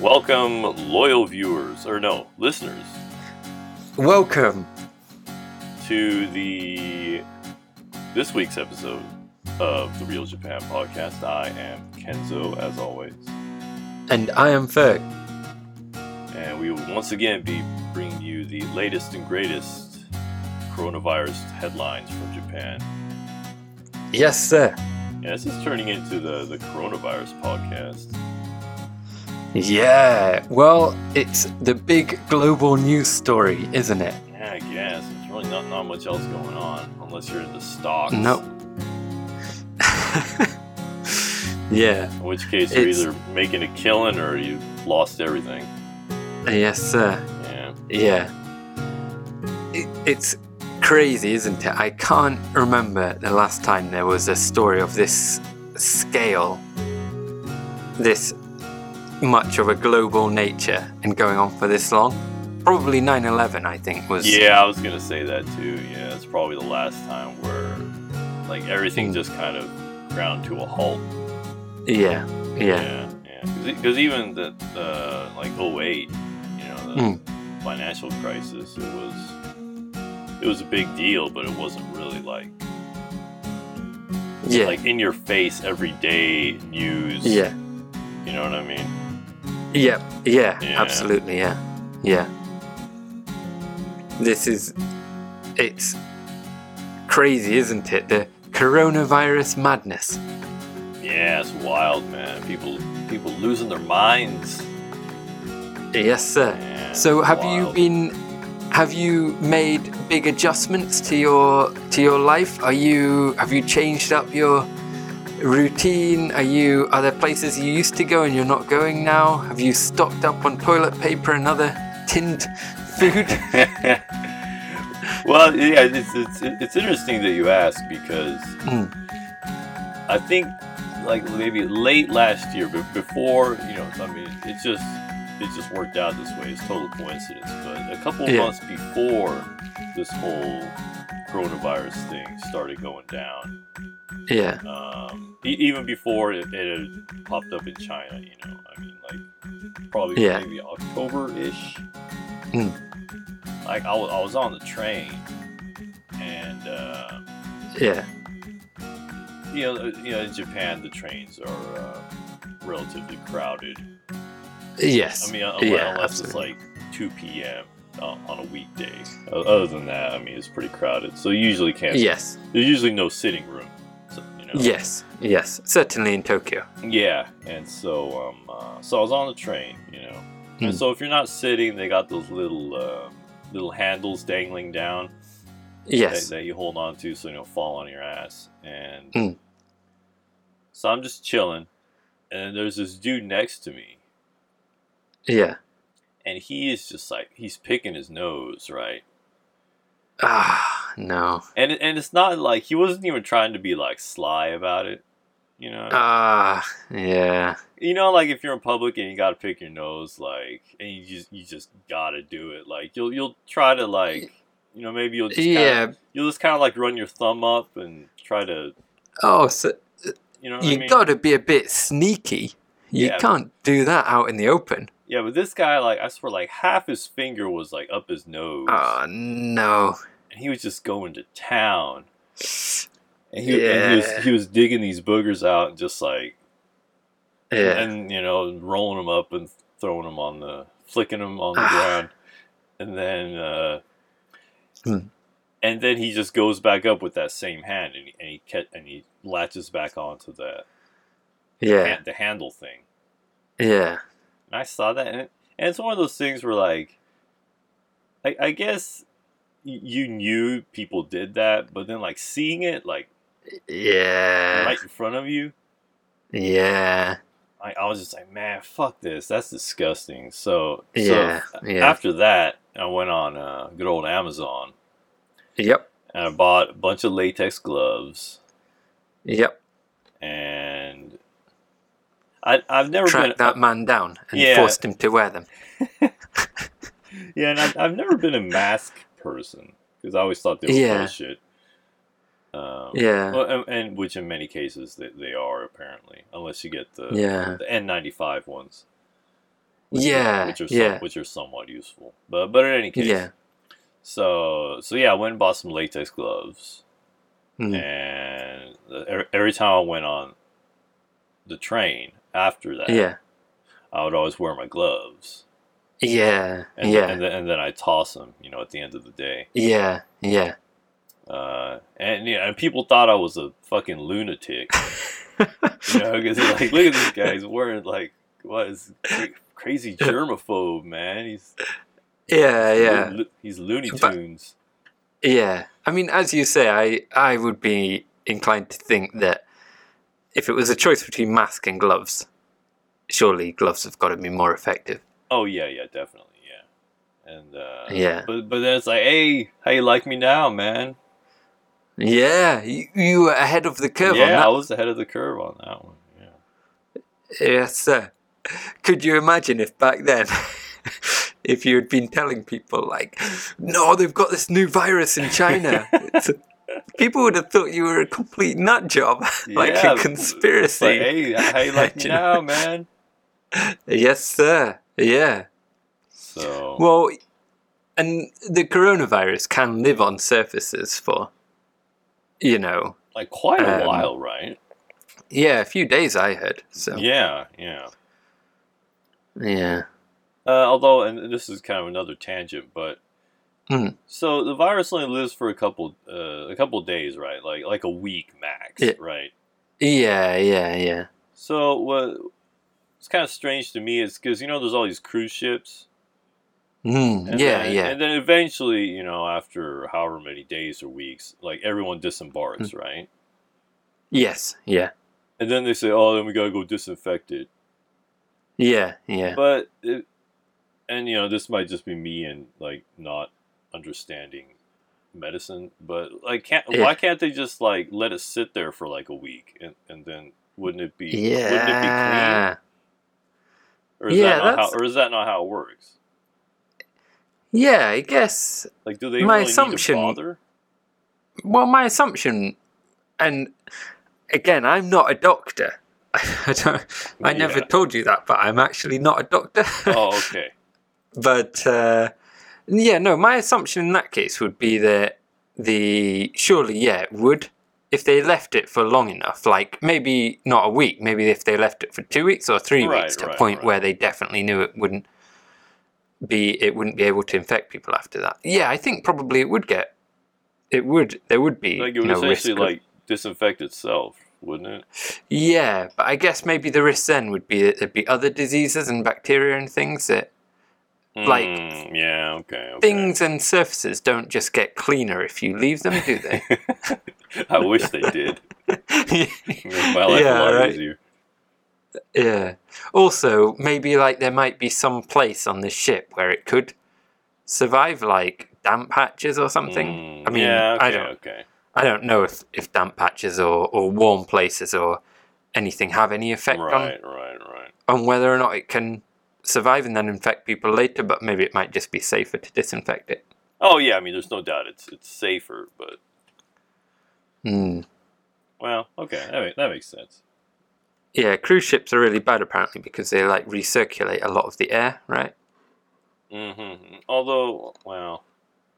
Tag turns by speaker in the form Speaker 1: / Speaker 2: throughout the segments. Speaker 1: Welcome, loyal viewers, or no, listeners,
Speaker 2: Welcome.
Speaker 1: to the this week's episode of the Real Japan podcast. I am Kenzo, as always,
Speaker 2: And I am Ferg.
Speaker 1: and we will once again be bringing you the latest and greatest coronavirus headlines from Japan.
Speaker 2: Yes, sir.
Speaker 1: Yeah, this is turning into the the coronavirus podcast.
Speaker 2: Yeah. Well, it's the big global news story, isn't it?
Speaker 1: Yeah, I guess there's really not not much else going on unless you're into stocks.
Speaker 2: No. yeah.
Speaker 1: In which case you're
Speaker 2: It's-
Speaker 1: either making a killing or you lost everything.
Speaker 2: Yes, sir.
Speaker 1: Yeah.
Speaker 2: Yeah. It, it's crazy, isn't it? I can't remember the last time there was a story of this scale, this much of a global nature, and going on for this long. Probably 9 11, I think, was.
Speaker 1: Yeah, I was gonna say that too. Yeah, it's probably the last time where like everything just kind of ground to a halt.
Speaker 2: Yeah, yeah,
Speaker 1: Yeah, yeah. Because even the, the like 08, you know, the
Speaker 2: Hmm.
Speaker 1: financial crisis, it was it was a big deal, but it wasn't really like
Speaker 2: yeah,
Speaker 1: like in your face everyday news.
Speaker 2: yeah,
Speaker 1: you know what I mean.
Speaker 2: yeah, yeah,
Speaker 1: Yeah.
Speaker 2: absolutely, yeah, yeah. This is, it's crazy, isn't it? The coronavirus madness.
Speaker 1: Yeah, it's wild, man. People people losing their minds.
Speaker 2: Yes, sir.
Speaker 1: Yeah,
Speaker 2: So,
Speaker 1: it's
Speaker 2: have you
Speaker 1: wild.
Speaker 2: been? Have you made big adjustments to your to your life? Are you? Have you changed up your routine? Are you? Are there places you used to go and you're not going now? Have you stocked up on toilet paper and other tinned food?
Speaker 1: well, yeah, it's, it's, it's interesting that you ask because
Speaker 2: Mm.
Speaker 1: I think like maybe late last year, but before you know, I mean, it just it just worked out this way. It's total coincidence. But a couple of
Speaker 2: Yeah.
Speaker 1: months before this whole coronavirus thing started going down,
Speaker 2: yeah.
Speaker 1: um, e- even before it, it had popped up in China, you know, I mean, like probably
Speaker 2: Yeah.
Speaker 1: maybe October ish.
Speaker 2: Mm.
Speaker 1: Like I was, I was on the train, and uh,
Speaker 2: Yeah.
Speaker 1: you know, uh, you know, in Japan the trains are uh, relatively crowded.
Speaker 2: Yes.
Speaker 1: I mean, un-
Speaker 2: Yeah,
Speaker 1: unless
Speaker 2: absolutely.
Speaker 1: it's like two p.m. On on a weekday. O- Other than that, I mean, it's pretty crowded. So you usually can't.
Speaker 2: Yes.
Speaker 1: There's usually no sitting room. So, you know.
Speaker 2: Yes. Yes. Certainly in Tokyo.
Speaker 1: Yeah, and so um, uh, so I was on the train, you know.
Speaker 2: Hmm.
Speaker 1: And so if you're not sitting, they got those little uh, little handles dangling down
Speaker 2: Yes.
Speaker 1: that, that you hold on to so you don't fall on your ass. And
Speaker 2: Hmm.
Speaker 1: so I'm just chilling, and there's this dude next to me,
Speaker 2: Yeah.
Speaker 1: and he is just like he's picking his nose, right?
Speaker 2: Ah, no.
Speaker 1: And it- and it's not like he wasn't even trying to be like sly about it, you know.
Speaker 2: Ah, yeah.
Speaker 1: you know like if you're in public and you gotta pick your nose like and you just you just gotta do it like you'll you'll try to like you know maybe you'll just kinda,
Speaker 2: Yeah.
Speaker 1: you'll just kind of like run your thumb up and try to
Speaker 2: Oh, so
Speaker 1: you know what I
Speaker 2: you
Speaker 1: mean?
Speaker 2: gotta be a bit sneaky. You
Speaker 1: Yeah.
Speaker 2: can't do that out in the open.
Speaker 1: yeah but this guy like i swear like half his finger was like up his nose
Speaker 2: Oh no.
Speaker 1: and he was just going to town and he, and he
Speaker 2: Yeah.
Speaker 1: was he was digging these boogers out and just like
Speaker 2: Yeah.
Speaker 1: and you know rolling them up and throwing them on the flicking them on the
Speaker 2: Ah.
Speaker 1: ground and then uh
Speaker 2: Hmm.
Speaker 1: and then he just goes back up with that same hand and he and he, ca- and he latches back onto the
Speaker 2: Yeah.
Speaker 1: the handle thing
Speaker 2: Yeah.
Speaker 1: and i saw that and, it, and it's one of those things where like i, I guess y- you knew people did that but then like seeing it like
Speaker 2: Yeah.
Speaker 1: right in front of you
Speaker 2: Yeah.
Speaker 1: I, I was just like man fuck this that's disgusting so so
Speaker 2: Yeah. Yeah.
Speaker 1: After that, I went on uh, good old Amazon
Speaker 2: Yep.
Speaker 1: and I bought a bunch of latex gloves.
Speaker 2: Yep.
Speaker 1: And I, I've never
Speaker 2: Track
Speaker 1: been,
Speaker 2: that man down and
Speaker 1: Yeah.
Speaker 2: forced him to wear them.
Speaker 1: yeah, and I've, I've never been a mask person because I always thought they were
Speaker 2: Yeah.
Speaker 1: bullshit. Um,
Speaker 2: Yeah.
Speaker 1: well, and, and which in many cases they, they are apparently, unless you get the
Speaker 2: Yeah.
Speaker 1: the N95 ones. which
Speaker 2: Yeah,
Speaker 1: are, which are some-
Speaker 2: yeah.
Speaker 1: which are somewhat useful. But but in any case,
Speaker 2: Yeah.
Speaker 1: So so yeah, I went and bought some latex gloves,
Speaker 2: Mm.
Speaker 1: and the- every- every time I went on the train after that,
Speaker 2: Yeah.
Speaker 1: I would always wear my gloves,
Speaker 2: Yeah.
Speaker 1: and
Speaker 2: yeah.
Speaker 1: and then, and then I toss them, you know, at the end of the day.
Speaker 2: yeah. Yeah.
Speaker 1: Uh, and yeah, and people thought I was a fucking lunatic. you know, because like, look at this guy. He's wearing like what is cra- crazy germaphobe man. He's
Speaker 2: Yeah. Yeah.
Speaker 1: lu- he's Looney
Speaker 2: But-
Speaker 1: Tunes.
Speaker 2: Yeah. I mean, as you say, I I would be inclined to think that if it was a choice between mask and gloves, surely gloves have got to be more effective.
Speaker 1: Oh yeah, yeah, definitely, yeah. And uh,
Speaker 2: Yeah.
Speaker 1: but but then it's like, hey, how you like me now, man?
Speaker 2: Yeah. You, you were ahead of the curve
Speaker 1: yeah, I
Speaker 2: on
Speaker 1: was ahead of the curve on that one. Yeah.
Speaker 2: that. Yes, sir. Could you imagine if back then? If you had been telling people like, "No, they've got this new virus in China," it's, people would have thought you were a complete nut job, like
Speaker 1: Yeah,
Speaker 2: a conspiracy.
Speaker 1: Like, hey, how you like me
Speaker 2: Imagine.
Speaker 1: now, man?
Speaker 2: Yes, sir. Yeah.
Speaker 1: So
Speaker 2: Well, and the coronavirus can live on surfaces for, you know,
Speaker 1: like quite a
Speaker 2: um,
Speaker 1: while, right?
Speaker 2: yeah, a few days. I heard. So
Speaker 1: Yeah, yeah.
Speaker 2: yeah,
Speaker 1: Uh, although, and this is kind of another tangent, but
Speaker 2: Mm.
Speaker 1: so the virus only lives for a couple, uh, a couple days, right? Like like a week max,
Speaker 2: Yeah.
Speaker 1: right?
Speaker 2: yeah, yeah, yeah.
Speaker 1: So what? It's kind of strange to me is because you know there's all these cruise ships.
Speaker 2: Mm, yeah,
Speaker 1: then,
Speaker 2: yeah,
Speaker 1: And then eventually, you know, after however many days or weeks, like everyone disembarks,
Speaker 2: Hmm.
Speaker 1: right?
Speaker 2: yes, yeah,
Speaker 1: And then they say, "Oh, then we gotta go disinfect it."
Speaker 2: yeah, yeah,
Speaker 1: But, it, and you know, this might just be me and like not understanding medicine, but like, can't
Speaker 2: Yeah.
Speaker 1: why can't they just like let it sit there for like a week and, and then wouldn't it be wouldn't it be clean?
Speaker 2: yeah,
Speaker 1: Or is
Speaker 2: Yeah,
Speaker 1: that not how,
Speaker 2: that's-
Speaker 1: or is that not how it works?
Speaker 2: yeah. I guess.
Speaker 1: Like, do they
Speaker 2: My
Speaker 1: really
Speaker 2: assumption-
Speaker 1: need to bother?
Speaker 2: Well, my assumption, and again, I'm not a doctor. I don't. I never
Speaker 1: Yeah.
Speaker 2: told you that, but I'm actually not a doctor.
Speaker 1: Oh, okay.
Speaker 2: but uh, yeah, no, my assumption in that case would be that the surely yeah it would if they left it for long enough, like maybe not a week, maybe if they left it for two weeks or three
Speaker 1: Right,
Speaker 2: weeks to
Speaker 1: right,
Speaker 2: a point
Speaker 1: right.
Speaker 2: where they definitely knew it wouldn't be it wouldn't be able to infect people after that. Yeah, I think probably it would get it would there would be
Speaker 1: Like it would
Speaker 2: no risk
Speaker 1: essentially
Speaker 2: of-
Speaker 1: like disinfect itself, wouldn't it?
Speaker 2: yeah, but I guess maybe the risk then would be that there'd be other diseases and bacteria and things that Like-
Speaker 1: Mm, yeah, okay, okay.
Speaker 2: things and surfaces don't just get cleaner if you leave them, do they?
Speaker 1: I wish they did. Make my life a
Speaker 2: Yeah,
Speaker 1: lot
Speaker 2: right.
Speaker 1: easier.
Speaker 2: yeah. Also, maybe like there might be some place on the ship where it could survive, like damp patches or something.
Speaker 1: Mm,
Speaker 2: I mean,
Speaker 1: yeah, okay,
Speaker 2: I don't,
Speaker 1: okay.
Speaker 2: I don't know if, if damp patches or, or warm places or anything have any effect
Speaker 1: Right, right, right.
Speaker 2: on, on whether or not it can survive and then infect people later. But maybe it might just be safer to disinfect it.
Speaker 1: Oh yeah, I mean, there's no doubt it's it's safer, but
Speaker 2: Hmm.
Speaker 1: well, okay, that makes, that makes sense.
Speaker 2: Yeah, cruise ships are really bad apparently because they like recirculate a lot of the air, right?
Speaker 1: hmm Although, well,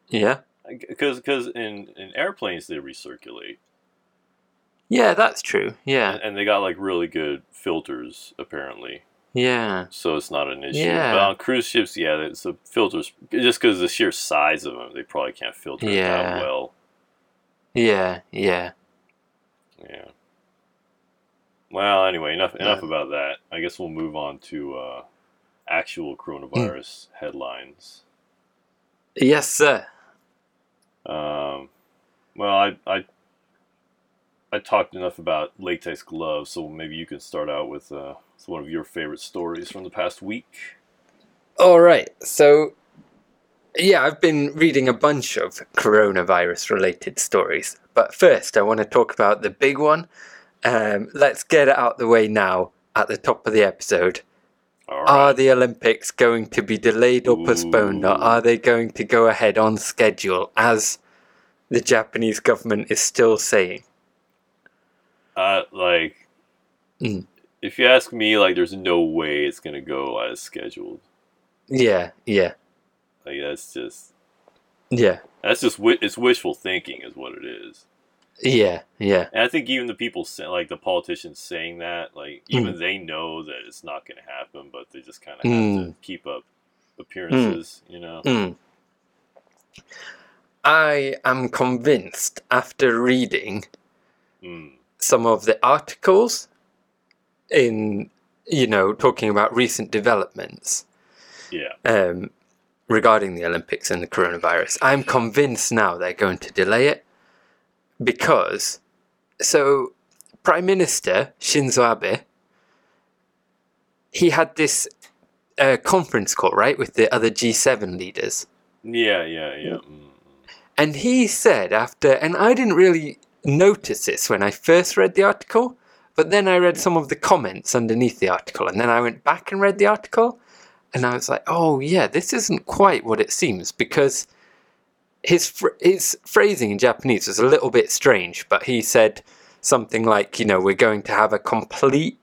Speaker 2: Yeah.
Speaker 1: because because in in airplanes they recirculate,
Speaker 2: Yeah, that's true. Yeah.
Speaker 1: and, and they got like really good filters apparently,
Speaker 2: Yeah.
Speaker 1: so it's not an issue.
Speaker 2: Yeah.
Speaker 1: But on cruise ships, yeah, it's the filters just because the sheer size of them, they probably can't filter it
Speaker 2: Yeah.
Speaker 1: that well.
Speaker 2: Yeah. Yeah.
Speaker 1: Yeah. Well, anyway, enough enough about that. I guess we'll move on to uh, actual coronavirus
Speaker 2: Hmm.
Speaker 1: headlines.
Speaker 2: Yes, sir.
Speaker 1: Um, well, I, I I talked enough about latex gloves, so maybe you can start out with, uh, with one of your favorite stories from the past week.
Speaker 2: All right. So, yeah, I've been reading a bunch of coronavirus related stories. But first, I want to talk about the big one. Um, let's get it out the way now at the top of the episode.
Speaker 1: All
Speaker 2: Are
Speaker 1: right.
Speaker 2: the Olympics going to be delayed or postponed, or
Speaker 1: Ooh.
Speaker 2: are they going to go ahead on schedule as the Japanese government is still saying?
Speaker 1: Uh, like,
Speaker 2: Mm.
Speaker 1: i- If you ask me, like, there's no way it's gonna go as scheduled.
Speaker 2: Yeah, yeah,
Speaker 1: Like, that's just
Speaker 2: yeah,
Speaker 1: that's just wi- it's wishful thinking, is what it is.
Speaker 2: yeah, yeah,
Speaker 1: And I think even the people, sa- like the politicians saying that, like
Speaker 2: Mm.
Speaker 1: even they know that it's not going to happen, but they just kind of have to keep up appearances, you know?
Speaker 2: Mm. I am convinced after reading
Speaker 1: Mm.
Speaker 2: some of the articles in, you know, talking about recent developments
Speaker 1: Yeah,
Speaker 2: um, regarding the Olympics and the coronavirus. I'm convinced now they're going to delay it because, so Prime Minister Shinzo Abe, he had this uh, conference call right with the other G7 leaders,
Speaker 1: yeah, yeah, yeah. Mm.
Speaker 2: and he said after, and I didn't really notice this when I first read the article. But then I read some of the comments underneath the article, and then I went back and read the article, and I was like, "Oh yeah, this isn't quite what it seems," because his fr- his phrasing in Japanese was a little bit strange. But he said something like, "You know, we're going to have a complete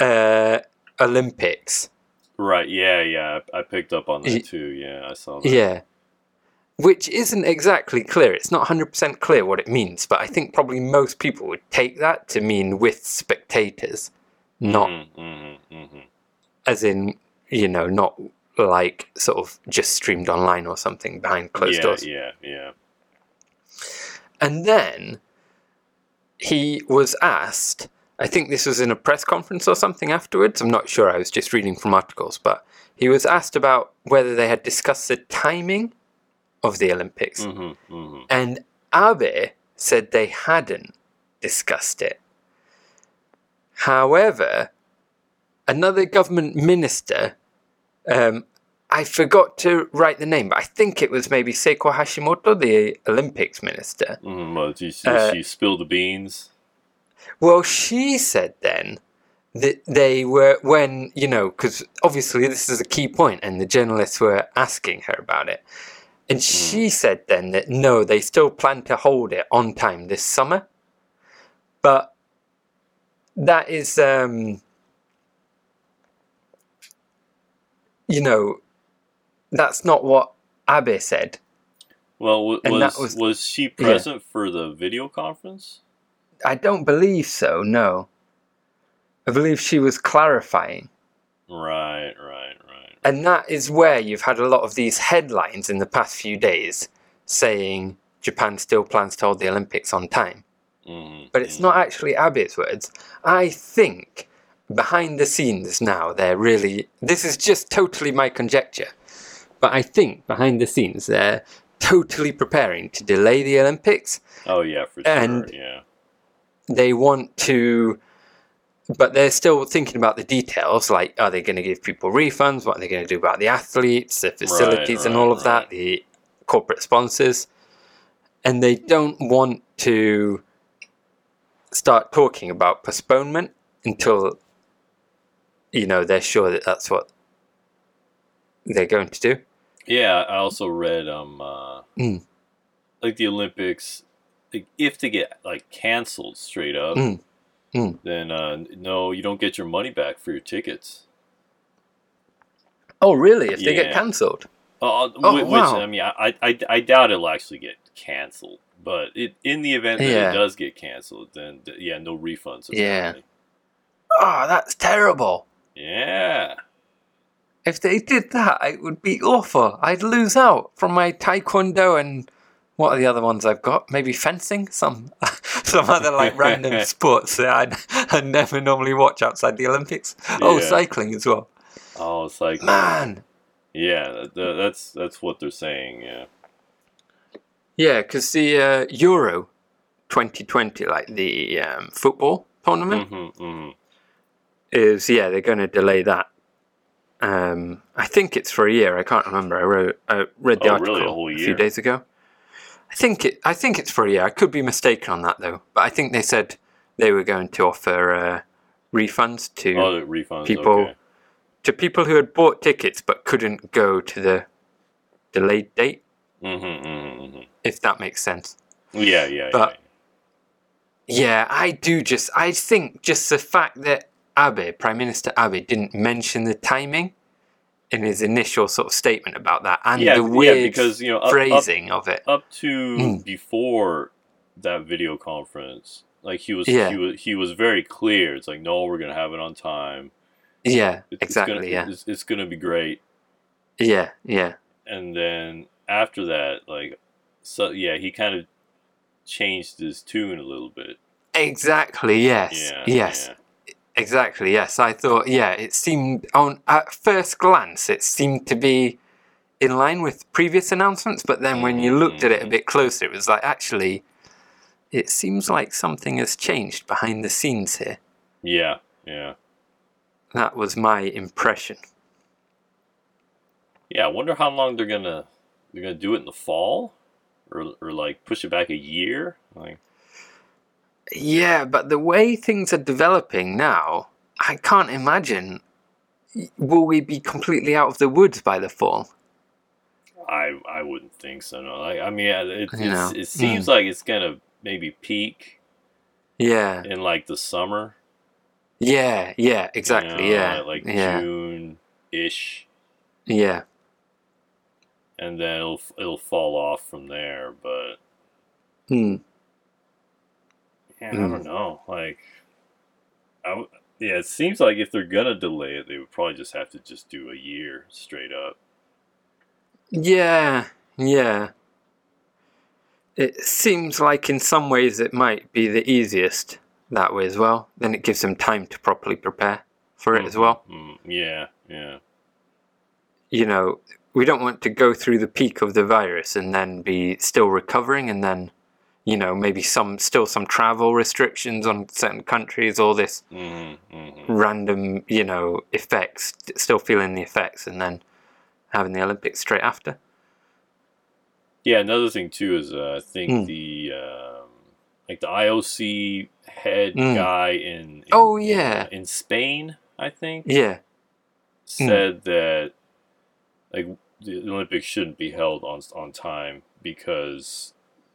Speaker 2: uh, Olympics."
Speaker 1: Right. Yeah, yeah. I, I picked up on
Speaker 2: Ye-
Speaker 1: that too. Yeah, I saw that.
Speaker 2: Yeah. Which isn't exactly clear. It's not 100% clear what it means, but I think probably most people would take that to mean with spectators, not
Speaker 1: Mm, mm, mm, mm.
Speaker 2: as in, you know, not like sort of just streamed online or something behind closed
Speaker 1: yeah,
Speaker 2: doors.
Speaker 1: yeah, yeah.
Speaker 2: And then he was asked, I think this was in a press conference or something afterwards. I'm not sure. I was just reading from articles, but he was asked about whether they had discussed the timing of the Olympics.
Speaker 1: hmm hmm
Speaker 2: And Abe said they hadn't discussed it. However, another government minister, um, I forgot to write the name, but I think it was maybe Seiko Hashimoto, the Olympics minister.
Speaker 1: Mm, well, she, she,
Speaker 2: Uh,
Speaker 1: she spilled the beans.
Speaker 2: Well, she said then that they were, when, you know, because obviously this is a key point and the journalists were asking her about it. And she said then that no, they still plan to hold it on time this summer. But that is, um, you know, that's not what Abe said.
Speaker 1: Well, w-
Speaker 2: and
Speaker 1: was,
Speaker 2: that
Speaker 1: was
Speaker 2: was-
Speaker 1: she present for the video conference?
Speaker 2: I don't believe so, no. I believe she was clarifying.
Speaker 1: Right, right, right.
Speaker 2: And that is where you've had a lot of these headlines in the past few days saying Japan still plans to hold the Olympics on time.
Speaker 1: Mm,
Speaker 2: But it's not actually Abe's words. I think behind the scenes now, they're really. This is just totally my conjecture. But I think behind the scenes, they're totally preparing to delay the Olympics
Speaker 1: Oh yeah, for
Speaker 2: And-
Speaker 1: sure. Yeah.
Speaker 2: they want to but they're still thinking about the details like are they going to give people refunds what are they going to do about the athletes the facilities and
Speaker 1: right,
Speaker 2: all of
Speaker 1: right.
Speaker 2: that the corporate sponsors and they don't want to start talking about postponement until you know they're sure that that's what they're going to do
Speaker 1: Yeah, I also read um uh,
Speaker 2: Mm.
Speaker 1: like the Olympics like if they get like canceled straight up
Speaker 2: Mm. Mm.
Speaker 1: then uh no, you don't get your money back for your tickets.
Speaker 2: oh really if they
Speaker 1: Yeah.
Speaker 2: get cancelled
Speaker 1: Uh,
Speaker 2: Oh,
Speaker 1: which,
Speaker 2: wow.
Speaker 1: I mean, I, I I doubt it'll actually get canceled, but it in the event that
Speaker 2: Yeah.
Speaker 1: it does get canceled, then th- yeah, no refunds.
Speaker 2: Yeah.
Speaker 1: apparently.
Speaker 2: oh that's terrible
Speaker 1: Yeah.
Speaker 2: If they did that, it would be awful. I'd lose out from my taekwondo and what are the other ones I've got? Maybe fencing, some some other like random sports that I I never normally watch outside the Olympics. Oh,
Speaker 1: Yeah.
Speaker 2: cycling as well.
Speaker 1: Oh, it's like
Speaker 2: Man,
Speaker 1: yeah, that, that- that's that's what they're saying. Yeah.
Speaker 2: yeah, because the uh, Euro 2020, like the um, football tournament,
Speaker 1: Mm-hmm, mm-hmm.
Speaker 2: is yeah they're going to delay that. Um, I think it's for a year. I can't remember. I wrote I read the
Speaker 1: Oh,
Speaker 2: article
Speaker 1: really? A whole year?
Speaker 2: few days ago. I think it. I think it's for a year. I could be mistaken on that though, but I think they said they were going to offer uh, refunds to
Speaker 1: Oh, the refunds.
Speaker 2: people
Speaker 1: okay.
Speaker 2: to people who had bought tickets but couldn't go to the delayed date,
Speaker 1: Mm-hmm, mm-hmm,
Speaker 2: if that makes sense.
Speaker 1: Yeah, yeah,
Speaker 2: But- Yeah, I do just. I think just the fact that Abe, Prime Minister Abe, didn't mention the timing in his initial sort of statement about that and
Speaker 1: yeah,
Speaker 2: the
Speaker 1: yeah,
Speaker 2: weird
Speaker 1: because uh, you know, up, up,
Speaker 2: phrasing of it.
Speaker 1: up to
Speaker 2: Mm.
Speaker 1: before that video conference, like he was,
Speaker 2: Yeah.
Speaker 1: he was, he was very clear. It's like, no, we're gonna have it on time.
Speaker 2: Yeah,
Speaker 1: It-
Speaker 2: exactly.
Speaker 1: It's gonna,
Speaker 2: yeah,
Speaker 1: it's, it's gonna be great.
Speaker 2: yeah, yeah,
Speaker 1: and then after that, like, so yeah, he kind of changed his tune a little bit.
Speaker 2: exactly. Yes,
Speaker 1: Yeah,
Speaker 2: yes, exactly. Yes, I thought. Yeah, it seemed on at first glance, it seemed to be in line with previous announcements, but then when you looked at it a
Speaker 1: Mhm.
Speaker 2: bit closer, it was like actually, it seems like something has changed behind the scenes here.
Speaker 1: yeah, yeah, yeah,
Speaker 2: That was my impression.
Speaker 1: yeah. I wonder how long they're gonna they're gonna do it in the fall, or or like push it back a year. Like,
Speaker 2: Yeah, but the way things are developing now, I can't imagine. Will we be completely out of the woods by the fall?
Speaker 1: I I wouldn't think so. No, like, I mean, yeah, it
Speaker 2: I
Speaker 1: it's,
Speaker 2: know. hmm.
Speaker 1: it seems like it's gonna maybe peak
Speaker 2: Yeah,
Speaker 1: in like the summer.
Speaker 2: yeah, yeah,
Speaker 1: you
Speaker 2: exactly.
Speaker 1: know,
Speaker 2: yeah,
Speaker 1: like
Speaker 2: yeah,
Speaker 1: June ish,
Speaker 2: yeah,
Speaker 1: and then it'll it'll fall off from there. But
Speaker 2: Hmm.
Speaker 1: Yeah, I
Speaker 2: Mm.
Speaker 1: don't know. Like, I w- yeah, it seems like if they're gonna delay it, they would probably just have to just do a year straight up.
Speaker 2: yeah, yeah. It seems like in some ways it might be the easiest that way as well. Then it gives them time to properly prepare for it as well.
Speaker 1: Mm, yeah, yeah,
Speaker 2: You know, we don't want to go through the peak of the virus and then be still recovering and then. You know, maybe some still some travel restrictions on certain countries, all this
Speaker 1: mm, mm,
Speaker 2: random, you know, effects, t- still feeling the effects, and then having the Olympics straight after.
Speaker 1: yeah. Another thing too is uh, I think
Speaker 2: Mm.
Speaker 1: the um, like the IOC head
Speaker 2: Mm.
Speaker 1: guy in, in-
Speaker 2: Oh,
Speaker 1: in,
Speaker 2: yeah.
Speaker 1: uh, in Spain, I think
Speaker 2: Yeah, mm.
Speaker 1: said that like the Olympics shouldn't be held on on time because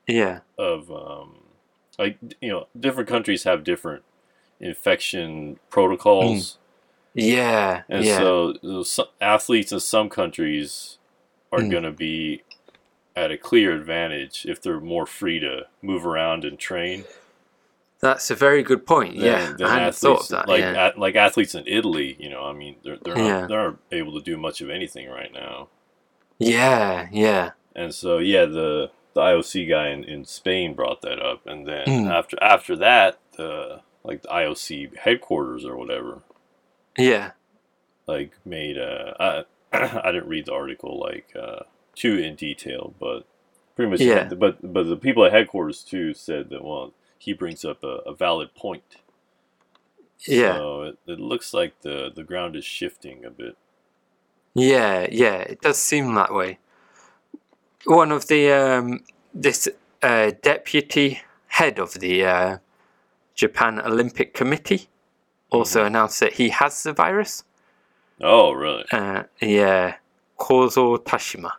Speaker 2: yeah,
Speaker 1: of um, like you know different countries have different infection protocols
Speaker 2: yeah,
Speaker 1: and
Speaker 2: Mm. yeah,
Speaker 1: so those so- athletes in some countries are
Speaker 2: Mm.
Speaker 1: going to be at a clear advantage if they're more free to move around and train
Speaker 2: That's a very good point.
Speaker 1: than-
Speaker 2: yeah,
Speaker 1: than
Speaker 2: I hadn't thought of that.
Speaker 1: like
Speaker 2: yeah.
Speaker 1: at- like athletes in Italy you know I mean they're they're not,
Speaker 2: Yeah.
Speaker 1: they're not able to do much of anything right now
Speaker 2: yeah, yeah,
Speaker 1: and so yeah the the IOC guy in, in Spain brought that up and then
Speaker 2: Mm.
Speaker 1: after after that the like the IOC headquarters or whatever
Speaker 2: yeah,
Speaker 1: like made uh I, I didn't read the article like uh too in detail but pretty much
Speaker 2: Yeah.
Speaker 1: but but the people at headquarters too said that well he brings up a, a valid point
Speaker 2: yeah,
Speaker 1: so it, it looks like the the ground is shifting a bit
Speaker 2: yeah, yeah. It does seem that way. One of the um, this uh, deputy head of the uh, Japan Olympic Committee also announced that he has the virus.
Speaker 1: oh really
Speaker 2: uh, yeah, Kozo Tashima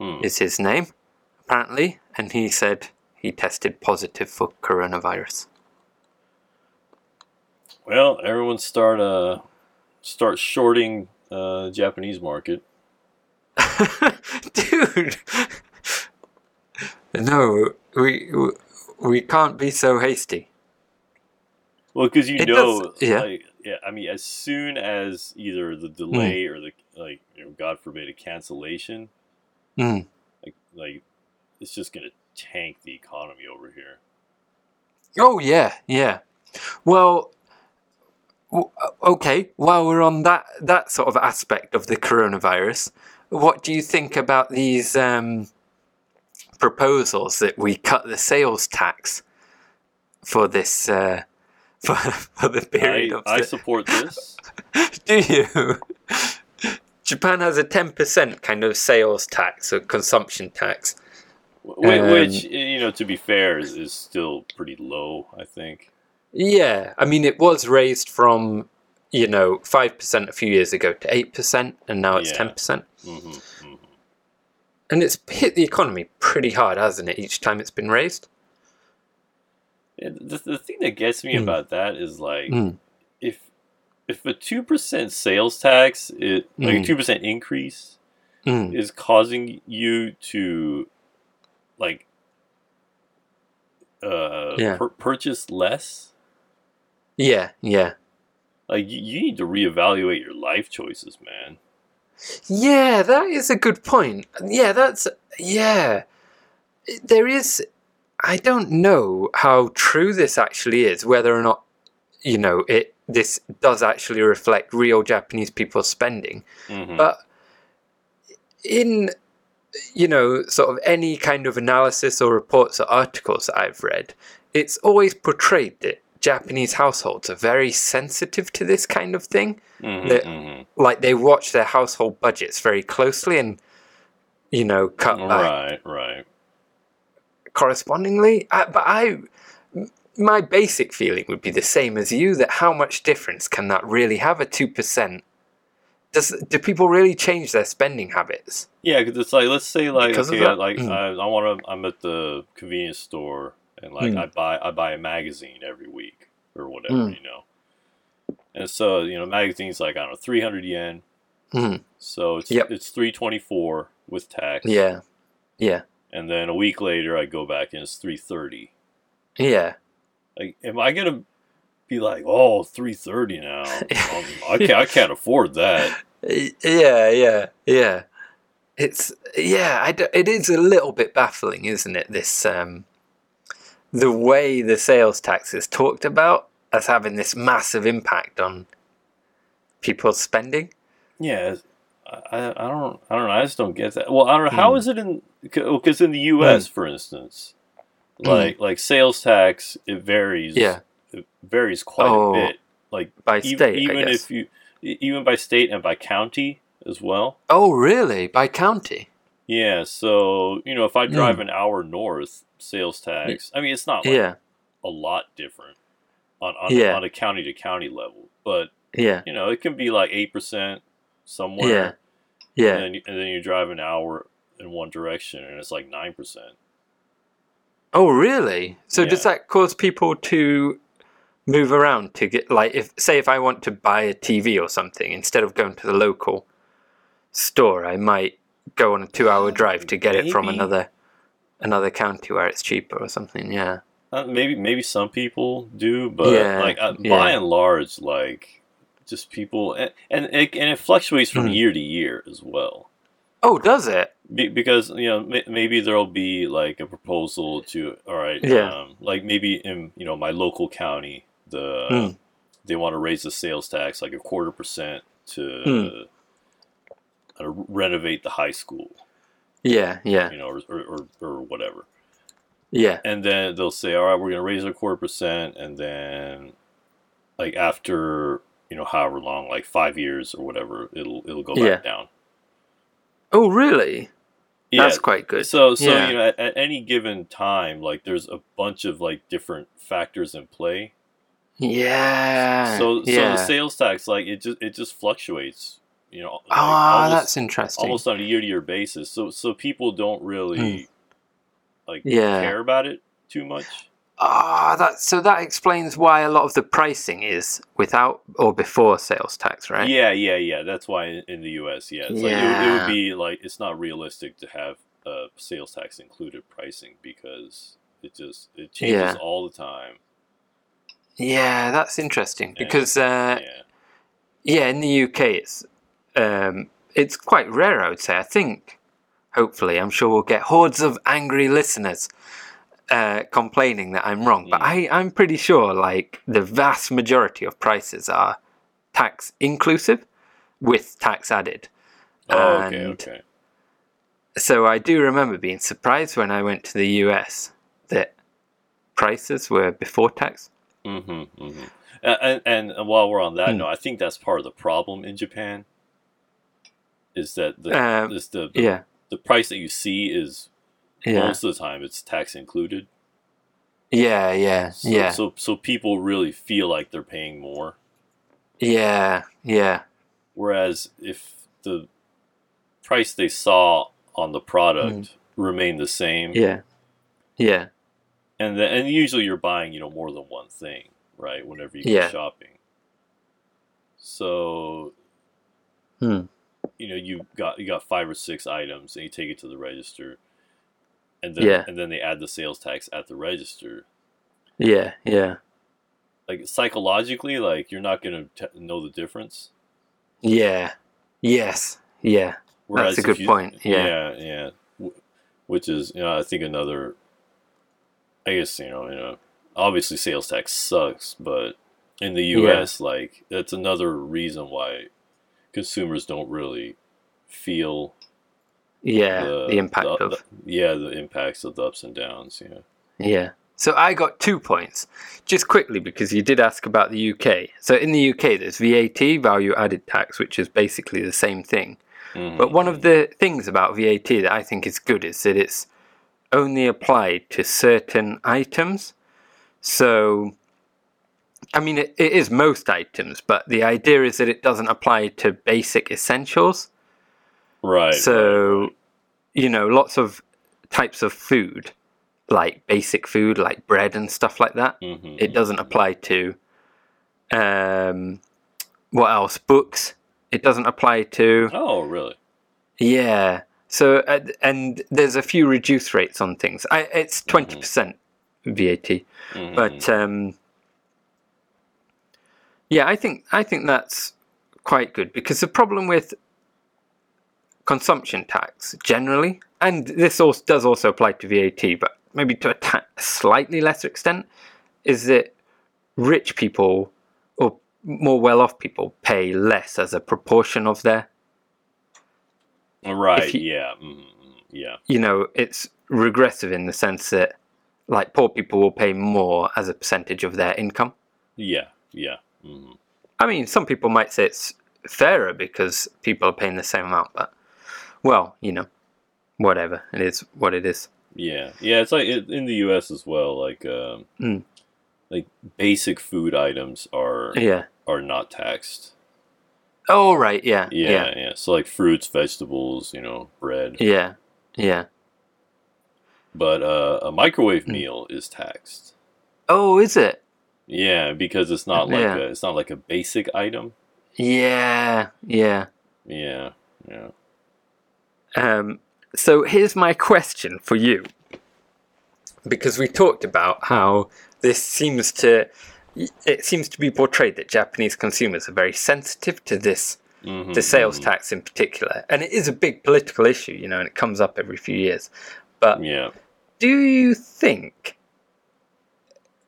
Speaker 1: Hmm.
Speaker 2: is his name, apparently, and he said he tested positive for coronavirus.
Speaker 1: well everyone start uh start shorting uh Japanese market
Speaker 2: Dude, no, we we can't be so hasty.
Speaker 1: Well, because you
Speaker 2: It
Speaker 1: know,
Speaker 2: does- yeah.
Speaker 1: like, yeah. I mean, as soon as either the delay
Speaker 2: Hmm.
Speaker 1: or the like, you know, God forbid, a cancellation,
Speaker 2: Mm.
Speaker 1: like, like it's just gonna tank the economy over here.
Speaker 2: Oh yeah, yeah. Well, w- uh, okay. While we're on that that sort of aspect of the coronavirus, what do you think about these um, proposals that we cut the sales tax for this uh, for for the period
Speaker 1: I,
Speaker 2: of?
Speaker 1: I
Speaker 2: the-
Speaker 1: support this.
Speaker 2: do you? Japan has a ten percent kind of sales tax or consumption tax.
Speaker 1: Which,
Speaker 2: Um,
Speaker 1: which you know, to be fair, is, is still pretty low. I think.
Speaker 2: Yeah, I mean, it was raised from, you know, 5% a few years ago to 8%, and now it's
Speaker 1: Yeah.
Speaker 2: 10%.
Speaker 1: hmm hmm
Speaker 2: And it's hit the economy pretty hard, hasn't it, each time it's been raised?
Speaker 1: And the, the thing that gets me
Speaker 2: Mm.
Speaker 1: about that is like
Speaker 2: Mm.
Speaker 1: if if a two percent sales tax, it like a
Speaker 2: Mm.
Speaker 1: two percent increase
Speaker 2: Mm.
Speaker 1: is causing you to like uh
Speaker 2: Yeah.
Speaker 1: pur- purchase less
Speaker 2: Yeah, yeah.
Speaker 1: like you, you need to reevaluate your life choices man
Speaker 2: Yeah, that is a good point. Yeah, that's yeah. There is I don't know how true this actually is whether or not you know it this does actually reflect real Japanese people spending.
Speaker 1: Mhm.
Speaker 2: But in you know sort of any kind of analysis or reports or articles that I've read, it's always portrayed that Japanese households are very sensitive to this kind of thing
Speaker 1: Mhm,
Speaker 2: the-
Speaker 1: mhm.
Speaker 2: like they watch their household budgets very closely and you know uh, cut back
Speaker 1: right right
Speaker 2: correspondingly I, but i my basic feeling would be the same as you that how much difference can that really have a 2% does do people really change their spending habits
Speaker 1: Yeah, because it's like let's say like
Speaker 2: Because of
Speaker 1: okay, I,
Speaker 2: that?
Speaker 1: like
Speaker 2: Mm.
Speaker 1: I, I want to. I'm at the convenience store and like
Speaker 2: Mm.
Speaker 1: I buy I buy a magazine every week or whatever
Speaker 2: Mm.
Speaker 1: you know. And so you know, magazines like I don't know, three hundred yen.
Speaker 2: Mm.
Speaker 1: So it's
Speaker 2: Yep.
Speaker 1: it's three twenty four with tax.
Speaker 2: yeah yeah
Speaker 1: And then a week later, I go back and it's three thirty.
Speaker 2: yeah
Speaker 1: Like, am I gonna be like, oh, 330 now? um, I can't I can't afford that.
Speaker 2: Y- yeah yeah yeah it's yeah I d- it is a little bit baffling isn't it this um the way the sales tax is talked about as having this massive impact on people's spending
Speaker 1: Yeah. it's- I, I I don't I don't know I just don't get that. Well, I don't know how
Speaker 2: Mm.
Speaker 1: is it in because in the U.S. for instance,
Speaker 2: Mm.
Speaker 1: like like sales tax it varies
Speaker 2: yeah
Speaker 1: it varies quite
Speaker 2: Oh,
Speaker 1: a bit like
Speaker 2: by
Speaker 1: e-
Speaker 2: state
Speaker 1: even
Speaker 2: I guess.
Speaker 1: if you e- even by state and by county as well
Speaker 2: oh really by county
Speaker 1: yeah so you know if i drive an hour north sales tax i mean it's not like
Speaker 2: Hmm. yeah
Speaker 1: a lot different on on,
Speaker 2: Yeah.
Speaker 1: on a county to county level but
Speaker 2: yeah
Speaker 1: you know it can be like 8% somewhere
Speaker 2: Yeah. yeah
Speaker 1: and, then, and then you drive an hour in one direction and it's like 9%
Speaker 2: oh really so does
Speaker 1: Yeah.
Speaker 2: that cause people to move around to get like if say if i want to buy a tv or something instead of going to the local store i might go on a two hour drive to get it from
Speaker 1: Ah, Maybe.
Speaker 2: another another county where it's cheaper or something yeah
Speaker 1: Uh, maybe maybe some people do, but
Speaker 2: Yeah,
Speaker 1: like uh, by
Speaker 2: yeah.
Speaker 1: and large, like just people, and and it, and it fluctuates from
Speaker 2: Mm.
Speaker 1: year to year as well.
Speaker 2: Oh, does it?
Speaker 1: Be, because you know may, maybe there'll be like a proposal to all right,
Speaker 2: Yeah.
Speaker 1: um, like maybe in you know my local county, the
Speaker 2: Mm.
Speaker 1: they want to raise the sales tax like a quarter percent to.
Speaker 2: Mm.
Speaker 1: uh, renovate the high school,
Speaker 2: Yeah, yeah,
Speaker 1: you know, or, or, or, or whatever.
Speaker 2: yeah,
Speaker 1: and then they'll say, "All right, we're gonna raise it a quarter percent," and then, like after you know however long, like five years or whatever, it'll it'll go back
Speaker 2: Yeah.
Speaker 1: down.
Speaker 2: Oh, really?
Speaker 1: Yeah.
Speaker 2: That's quite good.
Speaker 1: so so
Speaker 2: yeah.
Speaker 1: you know at, at any given time, like there's a bunch of like different factors in play.
Speaker 2: yeah.
Speaker 1: So so
Speaker 2: Uh, yeah.
Speaker 1: the sales tax, like it just it just fluctuates. You know, like,
Speaker 2: ah,
Speaker 1: almost,
Speaker 2: that's interesting. Hmm.
Speaker 1: almost on a year to year basis. So so people don't really like
Speaker 2: Yeah.
Speaker 1: care about it too much.
Speaker 2: Ah, that so that explains why a lot of the pricing is without or before sales tax, right?
Speaker 1: Yeah, yeah, yeah. That's why in- in the U.S., yeah, it's like it, it would
Speaker 2: Yeah.
Speaker 1: be like it's not realistic to have uh, sales tax included pricing because it just it changes
Speaker 2: Yeah.
Speaker 1: all the time.
Speaker 2: Yeah, that's interesting
Speaker 1: Yeah.
Speaker 2: because uh,
Speaker 1: yeah,
Speaker 2: yeah, in the UK it's um, it's quite rare, I would say. I think hopefully, I'm sure we'll get hordes of angry listeners uh, complaining that I'm wrong, but
Speaker 1: Mm.
Speaker 2: I, I'm pretty sure like the vast majority of prices are tax inclusive with tax added.
Speaker 1: oh, okay,
Speaker 2: And-
Speaker 1: okay.
Speaker 2: So I do remember being surprised when I went to the US that prices were before tax.
Speaker 1: Mm-hmm, mm-hmm. And, and and while we're on that
Speaker 2: Mm.
Speaker 1: note, I think that's part of the problem in Japan is that the
Speaker 2: Um,
Speaker 1: is the the,
Speaker 2: yeah,
Speaker 1: the price that you see is
Speaker 2: yeah,
Speaker 1: most of the time it's tax included.
Speaker 2: yeah, yeah,
Speaker 1: So,
Speaker 2: yeah,
Speaker 1: so so people really feel like they're paying more.
Speaker 2: yeah, yeah,
Speaker 1: Whereas if the price
Speaker 2: Hmm.
Speaker 1: they saw on the product remained the same,
Speaker 2: yeah, yeah,
Speaker 1: and then and usually you're buying you know more than one thing, right? Whenever you go
Speaker 2: Yeah.
Speaker 1: shopping, so
Speaker 2: Hmm.
Speaker 1: you know you got you got five or six items, and you take it to the register, and then
Speaker 2: Yeah.
Speaker 1: and then they add the sales tax at the register.
Speaker 2: Yeah, yeah,
Speaker 1: Like psychologically, like you're not gonna t- know the difference.
Speaker 2: yeah, yes, yeah,
Speaker 1: Whereas
Speaker 2: a
Speaker 1: if
Speaker 2: good
Speaker 1: you-
Speaker 2: point,
Speaker 1: yeah,
Speaker 2: yeah.
Speaker 1: yeah. W- Which is, you know, I think another. I guess you know, you know, obviously sales tax sucks, but in the
Speaker 2: Yeah.
Speaker 1: U.S., like that's another reason why consumers don't really feel
Speaker 2: yeah.
Speaker 1: the,
Speaker 2: The, impact
Speaker 1: the-
Speaker 2: of
Speaker 1: the- yeah the impacts of the ups and downs. Yeah,
Speaker 2: yeah. So I got two points, just quickly because you did ask about the UK. So in the UK, there's VAT, value added tax, which is basically the same thing.
Speaker 1: Mhm.
Speaker 2: But one of the things about VAT that I think is good is that it's only applied to certain items. So, I mean, it, it is most items, but the idea is that it doesn't apply to basic essentials.
Speaker 1: right.
Speaker 2: So, you know, lots of types of food, like basic food, like bread and stuff like that.
Speaker 1: Mhm.
Speaker 2: It doesn't apply to. Um, what else? Books. It doesn't apply to.
Speaker 1: Oh, really?
Speaker 2: Yeah. So uh, and there's a few reduced rates on things. I, it's twenty percent VAT,
Speaker 1: Mhm.
Speaker 2: but um, yeah, I think I think that's quite good because the problem with consumption tax generally, and this also does also apply to VAT, but maybe to a ta- slightly lesser extent, is that rich people or more well-off people pay less as a proportion of their
Speaker 1: right.
Speaker 2: if you-
Speaker 1: yeah. mhm, Yeah.
Speaker 2: you know, it's regressive in the sense that like poor people will pay more as a percentage of their income.
Speaker 1: Yeah. Yeah. mhm.
Speaker 2: I mean, some people might say it's fairer because people are paying the same amount, but well, you know, whatever. It is what it is.
Speaker 1: Yeah, yeah, it's like it, in the U.S. as well. Like, um,
Speaker 2: Mm.
Speaker 1: like basic food items are
Speaker 2: Yeah.
Speaker 1: are not taxed.
Speaker 2: Oh, right. Yeah.
Speaker 1: Yeah, yeah, So like fruits, vegetables, you know, bread.
Speaker 2: Yeah. Yeah. yeah.
Speaker 1: But uh, a microwave
Speaker 2: Mm.
Speaker 1: meal is taxed.
Speaker 2: Oh, is it?
Speaker 1: Yeah, because it's not like
Speaker 2: Yeah.
Speaker 1: a, it's not like a basic item.
Speaker 2: Yeah. Yeah.
Speaker 1: Yeah, yeah.
Speaker 2: Um, so here's my question for you, because we talked about how this seems to it seems to be portrayed that Japanese consumers are very sensitive to this
Speaker 1: Mm-hmm,
Speaker 2: to sales tax in particular, and it is a big political issue, you know, and it comes up every few years. But
Speaker 1: mm-hmm. Yeah.
Speaker 2: do you think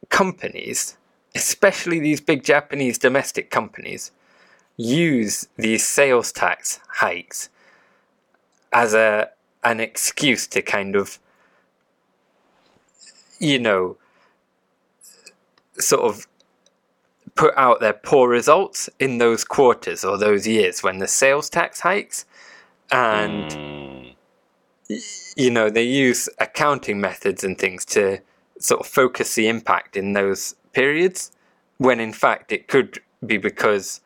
Speaker 2: companies, especially these big Japanese domestic companies, use these sales tax hikes as a an excuse to kind of you know sort of put out their poor results in those quarters or those years when the sales tax hikes and
Speaker 1: Mm,
Speaker 2: you know they use accounting methods and things to sort of focus the impact in those periods when in fact it could be because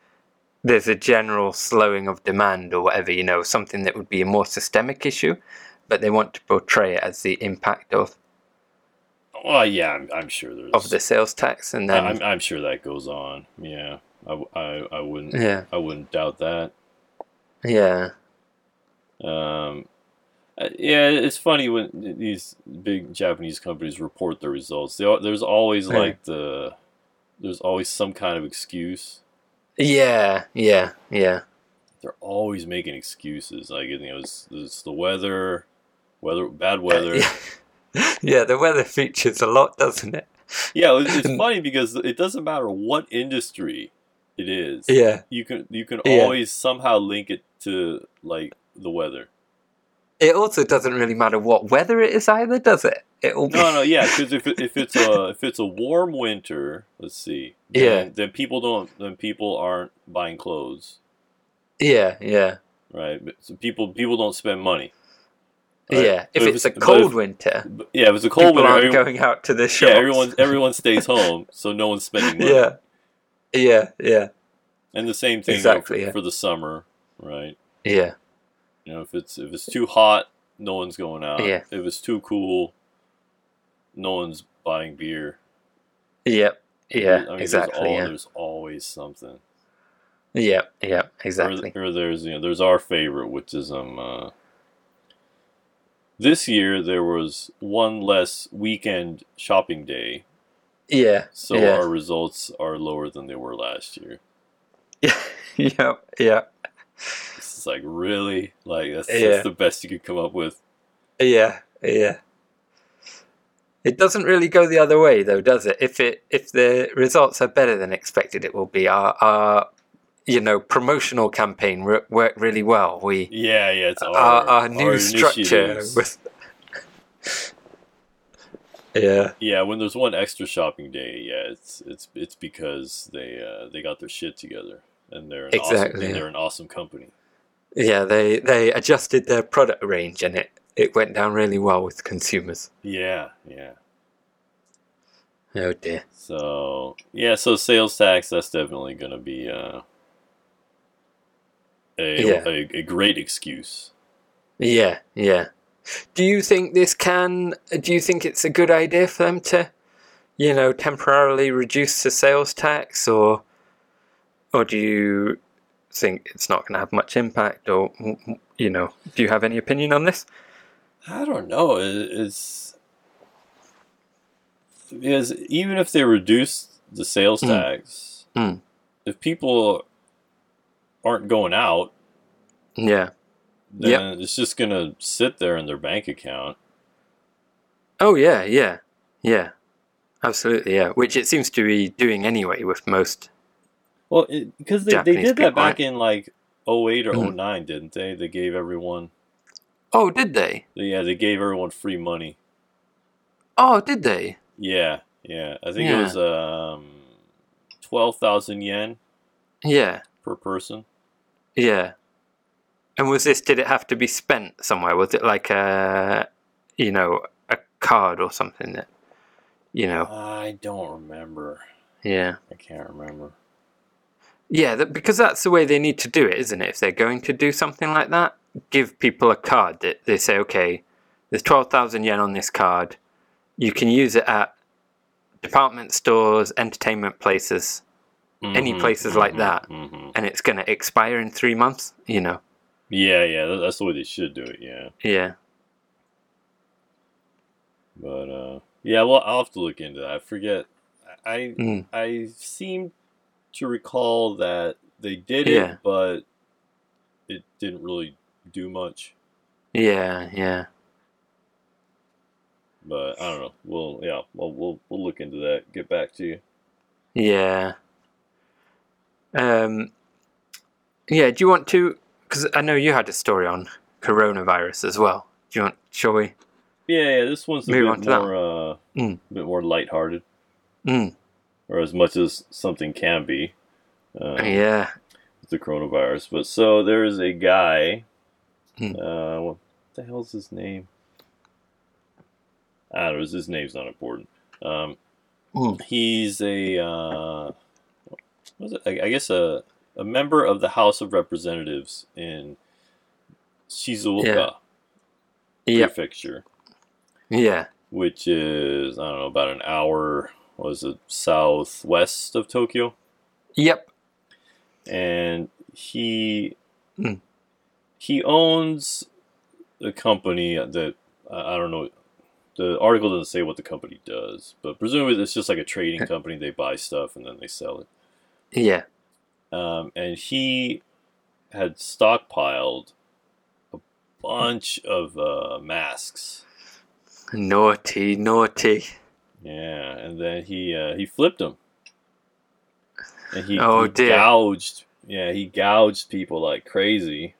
Speaker 2: there's a general slowing of demand or whatever you know something that would be a more systemic issue but they want to portray it as the impact of
Speaker 1: well, yeah, I'm, I'm sure there's.
Speaker 2: of the sales tax and
Speaker 1: I-
Speaker 2: then
Speaker 1: I'm, I'm sure that goes on. Yeah, I, w- I- I wouldn't
Speaker 2: yeah
Speaker 1: I wouldn't doubt that.
Speaker 2: yeah
Speaker 1: Um, uh, yeah, it's funny when these big Japanese companies report their results. They, al- there's always
Speaker 2: Yeah.
Speaker 1: like the there's always some kind of excuse.
Speaker 2: yeah yeah yeah
Speaker 1: They're always making excuses. Like you know, it's, it's the weather, weather bad weather.
Speaker 2: Uh, yeah. yeah the weather features a lot doesn't it
Speaker 1: yeah, it's, it's funny because it doesn't matter what industry it is.
Speaker 2: yeah
Speaker 1: You can you can
Speaker 2: Yeah.
Speaker 1: always somehow link it to like the weather.
Speaker 2: it also doesn't really matter what weather it is either does it it'll be
Speaker 1: No, no, yeah, because if, it- if it's a if it's a warm winter, let's see,
Speaker 2: Yeah.
Speaker 1: then, then people don't then people aren't buying clothes,
Speaker 2: Yeah, yeah,
Speaker 1: right? But so people people don't spend money. right?
Speaker 2: yeah. If
Speaker 1: But
Speaker 2: it's a
Speaker 1: but
Speaker 2: cold
Speaker 1: if-
Speaker 2: winter,
Speaker 1: but- yeah, if it's a cold
Speaker 2: people
Speaker 1: winter,
Speaker 2: aren't
Speaker 1: everyone,
Speaker 2: going out to the shops.
Speaker 1: yeah, everyone everyone stays home, so no one's spending money.
Speaker 2: yeah, yeah, yeah,
Speaker 1: and the same thing
Speaker 2: Exactly,
Speaker 1: for,
Speaker 2: yeah.
Speaker 1: for the summer, right?
Speaker 2: yeah,
Speaker 1: You know, if it's if it's too hot, no one's going out.
Speaker 2: Yeah.
Speaker 1: If it's too cool, no one's buying beer.
Speaker 2: Yep. Yeah.
Speaker 1: I mean, There's,
Speaker 2: exactly.
Speaker 1: al-
Speaker 2: Yeah.
Speaker 1: there's always something.
Speaker 2: Yep. Yep.
Speaker 1: Or-
Speaker 2: Exactly.
Speaker 1: Or, there's you know there's our favorite, which is um. Uh, this year there was one less weekend shopping day,
Speaker 2: Yeah.
Speaker 1: so
Speaker 2: Yeah.
Speaker 1: our results are lower than they were last year.
Speaker 2: Yep. Yep.
Speaker 1: It's just like really like that's,
Speaker 2: Yeah.
Speaker 1: that's the best you could come up with.
Speaker 2: Yeah. Yeah. It doesn't really go the other way though, does it? If it if the results are better than expected, it will be our our you know promotional campaign re- worked really well. We
Speaker 1: Yeah, yeah, it's our,
Speaker 2: our, our new
Speaker 1: Oh, our
Speaker 2: structure
Speaker 1: initiatives.
Speaker 2: with yeah
Speaker 1: Yeah, when there's one extra shopping day, yeah, it's it's it's because they uh, they got their shit together and they're an awesome,
Speaker 2: Exactly,
Speaker 1: and
Speaker 2: yeah.
Speaker 1: they're an awesome company.
Speaker 2: yeah they they adjusted their product range and it it went down really well with consumers.
Speaker 1: Yeah, yeah.
Speaker 2: Oh dear.
Speaker 1: So yeah, so sales tax that's definitely gonna be uh, a,
Speaker 2: Yeah.
Speaker 1: a a great excuse.
Speaker 2: Yeah, yeah. Do you think this can? Do you think it's a good idea for them to, you know, temporarily reduce the sales tax, or, or do you think it's not going to have much impact, or you know, do you have any opinion on this?
Speaker 1: I don't know. It, it's because even if they reduce the sales
Speaker 2: Mm.
Speaker 1: tax,
Speaker 2: Mm.
Speaker 1: if people aren't going out,
Speaker 2: Yeah.
Speaker 1: then
Speaker 2: Yep.
Speaker 1: it's just gonna sit there in their bank account.
Speaker 2: Oh yeah, yeah, yeah. Absolutely, yeah. Which it seems to be doing anyway with most.
Speaker 1: Well, because they, they
Speaker 2: Japanese
Speaker 1: did that
Speaker 2: people,
Speaker 1: back in like 08 or
Speaker 2: Mhm.
Speaker 1: 09, didn't they? They gave everyone
Speaker 2: Oh, did they?
Speaker 1: yeah they gave everyone free money.
Speaker 2: Oh, did they?
Speaker 1: Yeah, yeah. I think it
Speaker 2: Yeah.
Speaker 1: was um twelve thousand yen
Speaker 2: Yeah,
Speaker 1: per person.
Speaker 2: yeah. And was this? Did it have to be spent somewhere? Was it like a, you know, a card or something that, you know,
Speaker 1: I don't remember.
Speaker 2: yeah,
Speaker 1: I can't remember.
Speaker 2: yeah. That, because that's the way they need to do it, isn't it? If they're going to do something like that, give people a card that they say, okay, there's twelve thousand yen on this card. You can use it at department stores, entertainment places, Any
Speaker 1: Mm-hmm,
Speaker 2: places like that.
Speaker 1: hmm
Speaker 2: and it's going to expire in three months. You know.
Speaker 1: Yeah, yeah. tha- That's the way they should do it. Yeah,
Speaker 2: Yeah.
Speaker 1: but uh, yeah. Well, I'll have to look into that. I forget. I
Speaker 2: Mm.
Speaker 1: I seem to recall that they did
Speaker 2: Yeah.
Speaker 1: it, but it didn't really do much.
Speaker 2: Yeah. Yeah.
Speaker 1: But I don't know. We'll yeah. Well, we'll we'll look into that. Get back to you.
Speaker 2: Yeah. Um. Yeah. Do you want to? Because I know you had a story on coronavirus as well. Do you want? Shall we?
Speaker 1: Yeah, yeah. This one's a
Speaker 2: Move
Speaker 1: bit
Speaker 2: on to that
Speaker 1: more uh,
Speaker 2: Mm.
Speaker 1: bit more lighthearted,
Speaker 2: Mm.
Speaker 1: or as much as something can be. Uh,
Speaker 2: Yeah.
Speaker 1: with the coronavirus. But so there's a guy.
Speaker 2: Hmm.
Speaker 1: Uh, what the hell's his name? I don't know. His name's not important. Um,
Speaker 2: Mm.
Speaker 1: he's a uh, was it? I, I guess a a member of the House of Representatives in Shizuoka
Speaker 2: Yeah. Yep.
Speaker 1: Prefecture,
Speaker 2: Yeah.
Speaker 1: which is I don't know about an hour. Was it southwest of Tokyo?
Speaker 2: Yep.
Speaker 1: and he
Speaker 2: Mm.
Speaker 1: he owns a company that I I don't know. The article doesn't say what the company does, but presumably it's just like a trading company. They buy stuff and then they sell it.
Speaker 2: Yeah.
Speaker 1: Um, and he had stockpiled a bunch of uh, masks.
Speaker 2: Naughty. Naughty.
Speaker 1: Yeah, and then he uh, he flipped them, and he,
Speaker 2: Oh,
Speaker 1: he
Speaker 2: dear.
Speaker 1: gouged. Yeah, he gouged people like crazy.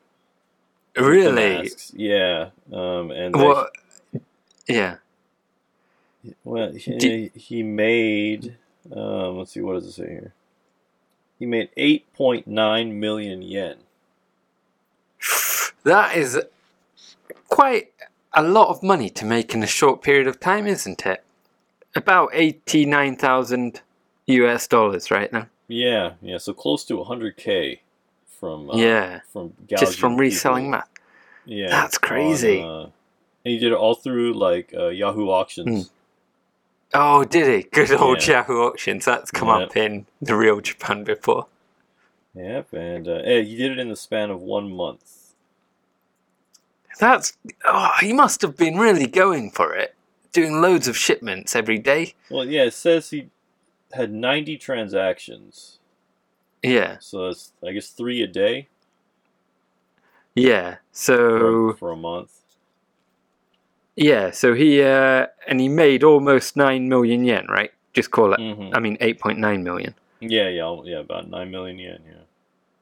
Speaker 1: with the
Speaker 2: Really?
Speaker 1: masks. Yeah. Um, and they-
Speaker 2: What? Yeah.
Speaker 1: well, he,
Speaker 2: Did-
Speaker 1: he made. Um, let's see. What does it say here? He made eight point nine million yen.
Speaker 2: That is quite a lot of money to make in a short period of time, isn't it? About eighty-nine thousand US dollars right now.
Speaker 1: Yeah. Yeah. So close to hundred k from. Uh,
Speaker 2: yeah.
Speaker 1: From
Speaker 2: Just from
Speaker 1: gouging
Speaker 2: reselling
Speaker 1: people.
Speaker 2: math.
Speaker 1: Yeah.
Speaker 2: That's
Speaker 1: on,
Speaker 2: crazy. Hmm.
Speaker 1: uh, and he did it all through like uh, Yahoo auctions.
Speaker 2: Oh, did he? Good old
Speaker 1: Yeah.
Speaker 2: Yahoo auctions. That's come
Speaker 1: Yep.
Speaker 2: up in the real Japan before.
Speaker 1: Yep, and uh, eh, you did it in the span of one month.
Speaker 2: That's. Oh, he must have been really going for it. Doing loads of shipments every day.
Speaker 1: Well, yeah, it says he had 90 transactions,
Speaker 2: Yeah.
Speaker 1: so that's I guess three a day
Speaker 2: Yeah. So.
Speaker 1: for, for a month.
Speaker 2: Yeah. So he. Uh, and he made almost 9 million yen, right? Just call it.
Speaker 1: hmm
Speaker 2: I mean, 8.9 million.
Speaker 1: Yeah, yeah, I'll- yeah, about nine million yen. Yeah,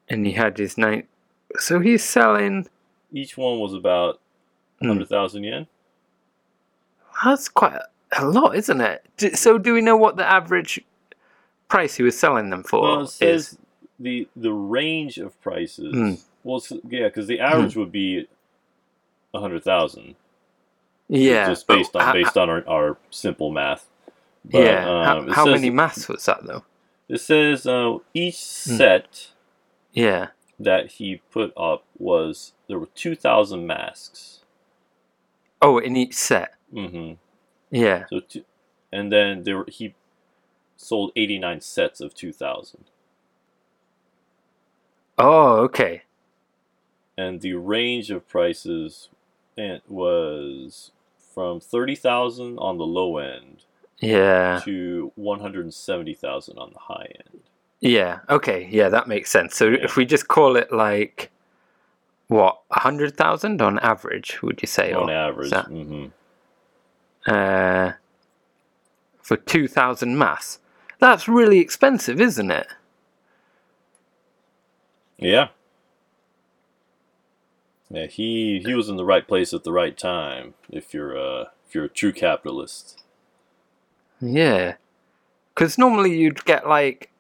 Speaker 2: And he had his nine. So he's selling.
Speaker 1: each one was about
Speaker 2: Hmm.
Speaker 1: hundred thousand yen.
Speaker 2: That's quite a lot, isn't it? D- So do we know what the average price he was selling them for
Speaker 1: Well, it
Speaker 2: is?
Speaker 1: says the the range of prices.
Speaker 2: Hmm.
Speaker 1: Well, s yeah, because the average would be a hundred thousand.
Speaker 2: Yeah.
Speaker 1: just
Speaker 2: but
Speaker 1: based on
Speaker 2: ho-
Speaker 1: based on our, our simple math.
Speaker 2: ho-
Speaker 1: But,
Speaker 2: yeah. ho-
Speaker 1: um, it
Speaker 2: how
Speaker 1: says-
Speaker 2: many maths was that though?
Speaker 1: It says uh, each
Speaker 2: Hmm.
Speaker 1: set
Speaker 2: Yeah.
Speaker 1: that he put up was there were two thousand masks.
Speaker 2: Oh, in each set.
Speaker 1: hmm
Speaker 2: Yeah.
Speaker 1: So, two, and then there were, he sold eighty nine sets of two thousand,
Speaker 2: Oh, okay.
Speaker 1: and the range of prices and was from thirty thousand on the low end
Speaker 2: Yeah.
Speaker 1: to one hundred and seventy thousand on the high end.
Speaker 2: Yeah. Okay. Yeah, that makes sense. So
Speaker 1: Yeah.
Speaker 2: if we just call it like what a hundred thousand on average, would you say?
Speaker 1: on
Speaker 2: or-
Speaker 1: average.
Speaker 2: that-
Speaker 1: hmm
Speaker 2: uh, for two thousand mass. That's really expensive, isn't it?
Speaker 1: Yeah. Yeah, he he was in the right place at the right time. If you're uh if you're a true capitalist.
Speaker 2: Yeah, because normally you'd get like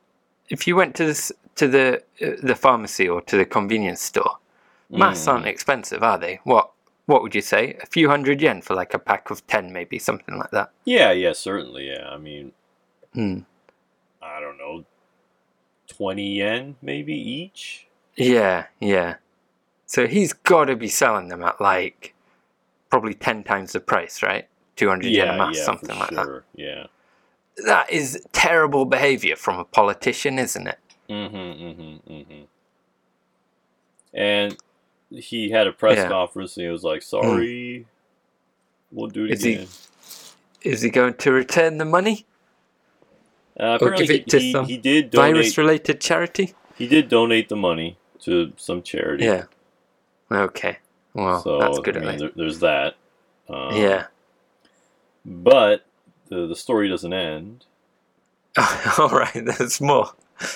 Speaker 2: if you went to this to the uh, the pharmacy or to the convenience store.
Speaker 1: Mm-hmm. Hmm.
Speaker 2: Masks aren't expensive, are they? What what would you say? A few hundred yen for like a pack of ten, maybe something like that.
Speaker 1: Yeah, yeah, certainly. Yeah, I mean,
Speaker 2: Hmm.
Speaker 1: I don't know, twenty yen maybe each.
Speaker 2: Yeah, yeah. So he's got to be selling them at like probably ten times the price, right? Two hundred yen a
Speaker 1: Yeah,
Speaker 2: mask,
Speaker 1: yeah,
Speaker 2: something
Speaker 1: for
Speaker 2: like that.
Speaker 1: sure. Yeah.
Speaker 2: That is terrible behavior from a politician, isn't it?
Speaker 1: Mm-hmm. Mm-hmm. Mm-hmm. And he had a press
Speaker 2: Yeah. Hmm.
Speaker 1: conference, and he was like, "Sorry, we'll do it
Speaker 2: Is he-
Speaker 1: again."
Speaker 2: Is he going to return the money?
Speaker 1: uh, apparently,
Speaker 2: give
Speaker 1: he,
Speaker 2: it to
Speaker 1: he,
Speaker 2: some
Speaker 1: he did donate
Speaker 2: Virus-related charity?
Speaker 1: He did donate the money to some charity.
Speaker 2: Yeah. Okay. Well,
Speaker 1: so
Speaker 2: that's good
Speaker 1: I
Speaker 2: at
Speaker 1: mean,
Speaker 2: least.
Speaker 1: there, there's that. Um,
Speaker 2: Yeah.
Speaker 1: But the the story doesn't end.
Speaker 2: All right. There's more.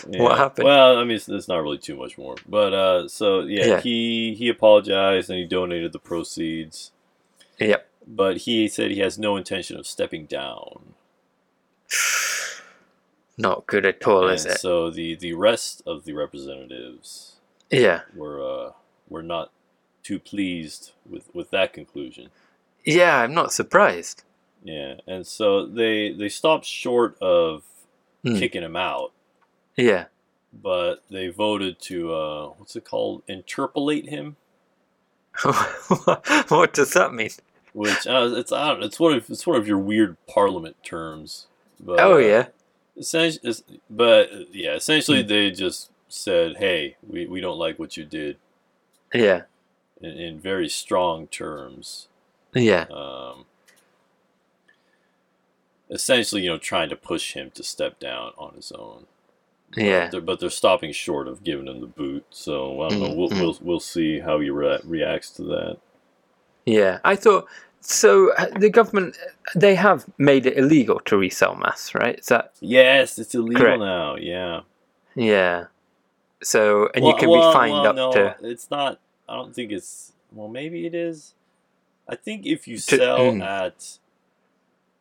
Speaker 1: Yeah.
Speaker 2: happened?
Speaker 1: Well, I mean, it's, it's not really too much more. But uh, so yeah,
Speaker 2: Yeah.
Speaker 1: he he apologized and he donated the proceeds.
Speaker 2: Yep.
Speaker 1: But he said he has no intention of stepping down.
Speaker 2: Not good at all,
Speaker 1: and
Speaker 2: is it?
Speaker 1: so the the rest of the representatives
Speaker 2: Yeah.
Speaker 1: were uh, were not too pleased with with that conclusion.
Speaker 2: Yeah. I'm not surprised.
Speaker 1: Yeah, and so they they stopped short of
Speaker 2: Hmm.
Speaker 1: kicking him out,
Speaker 2: Yeah.
Speaker 1: but they voted to uh, what's it called? Interpolate him,
Speaker 2: what does that mean?
Speaker 1: which uh, it's I don't, it's one of it's one of your weird parliament terms. But,
Speaker 2: oh yeah. Hmm.
Speaker 1: essentially, but uh, yeah, essentially they just said, "Hey, we, we don't like what you did,"
Speaker 2: Yeah.
Speaker 1: in, in very strong terms.
Speaker 2: Yeah.
Speaker 1: Um, essentially, you know, trying to push him to step down on his own.
Speaker 2: Yeah.
Speaker 1: They're, but they're stopping short of giving him the boot. So I don't know. We'll,
Speaker 2: Mhm.
Speaker 1: we'll we'll see how he re- reacts to that.
Speaker 2: Yeah. I thought so. uh, The government they have made it illegal to resell masks, right? Is that
Speaker 1: Yes, it's illegal
Speaker 2: Correct.
Speaker 1: now. Yeah,
Speaker 2: yeah? So and
Speaker 1: Well-
Speaker 2: you can
Speaker 1: well-
Speaker 2: be fined
Speaker 1: well,
Speaker 2: up
Speaker 1: no,
Speaker 2: to
Speaker 1: It's not. I don't think it's. Well, maybe it is. I think if you
Speaker 2: To-
Speaker 1: sell
Speaker 2: mm.
Speaker 1: at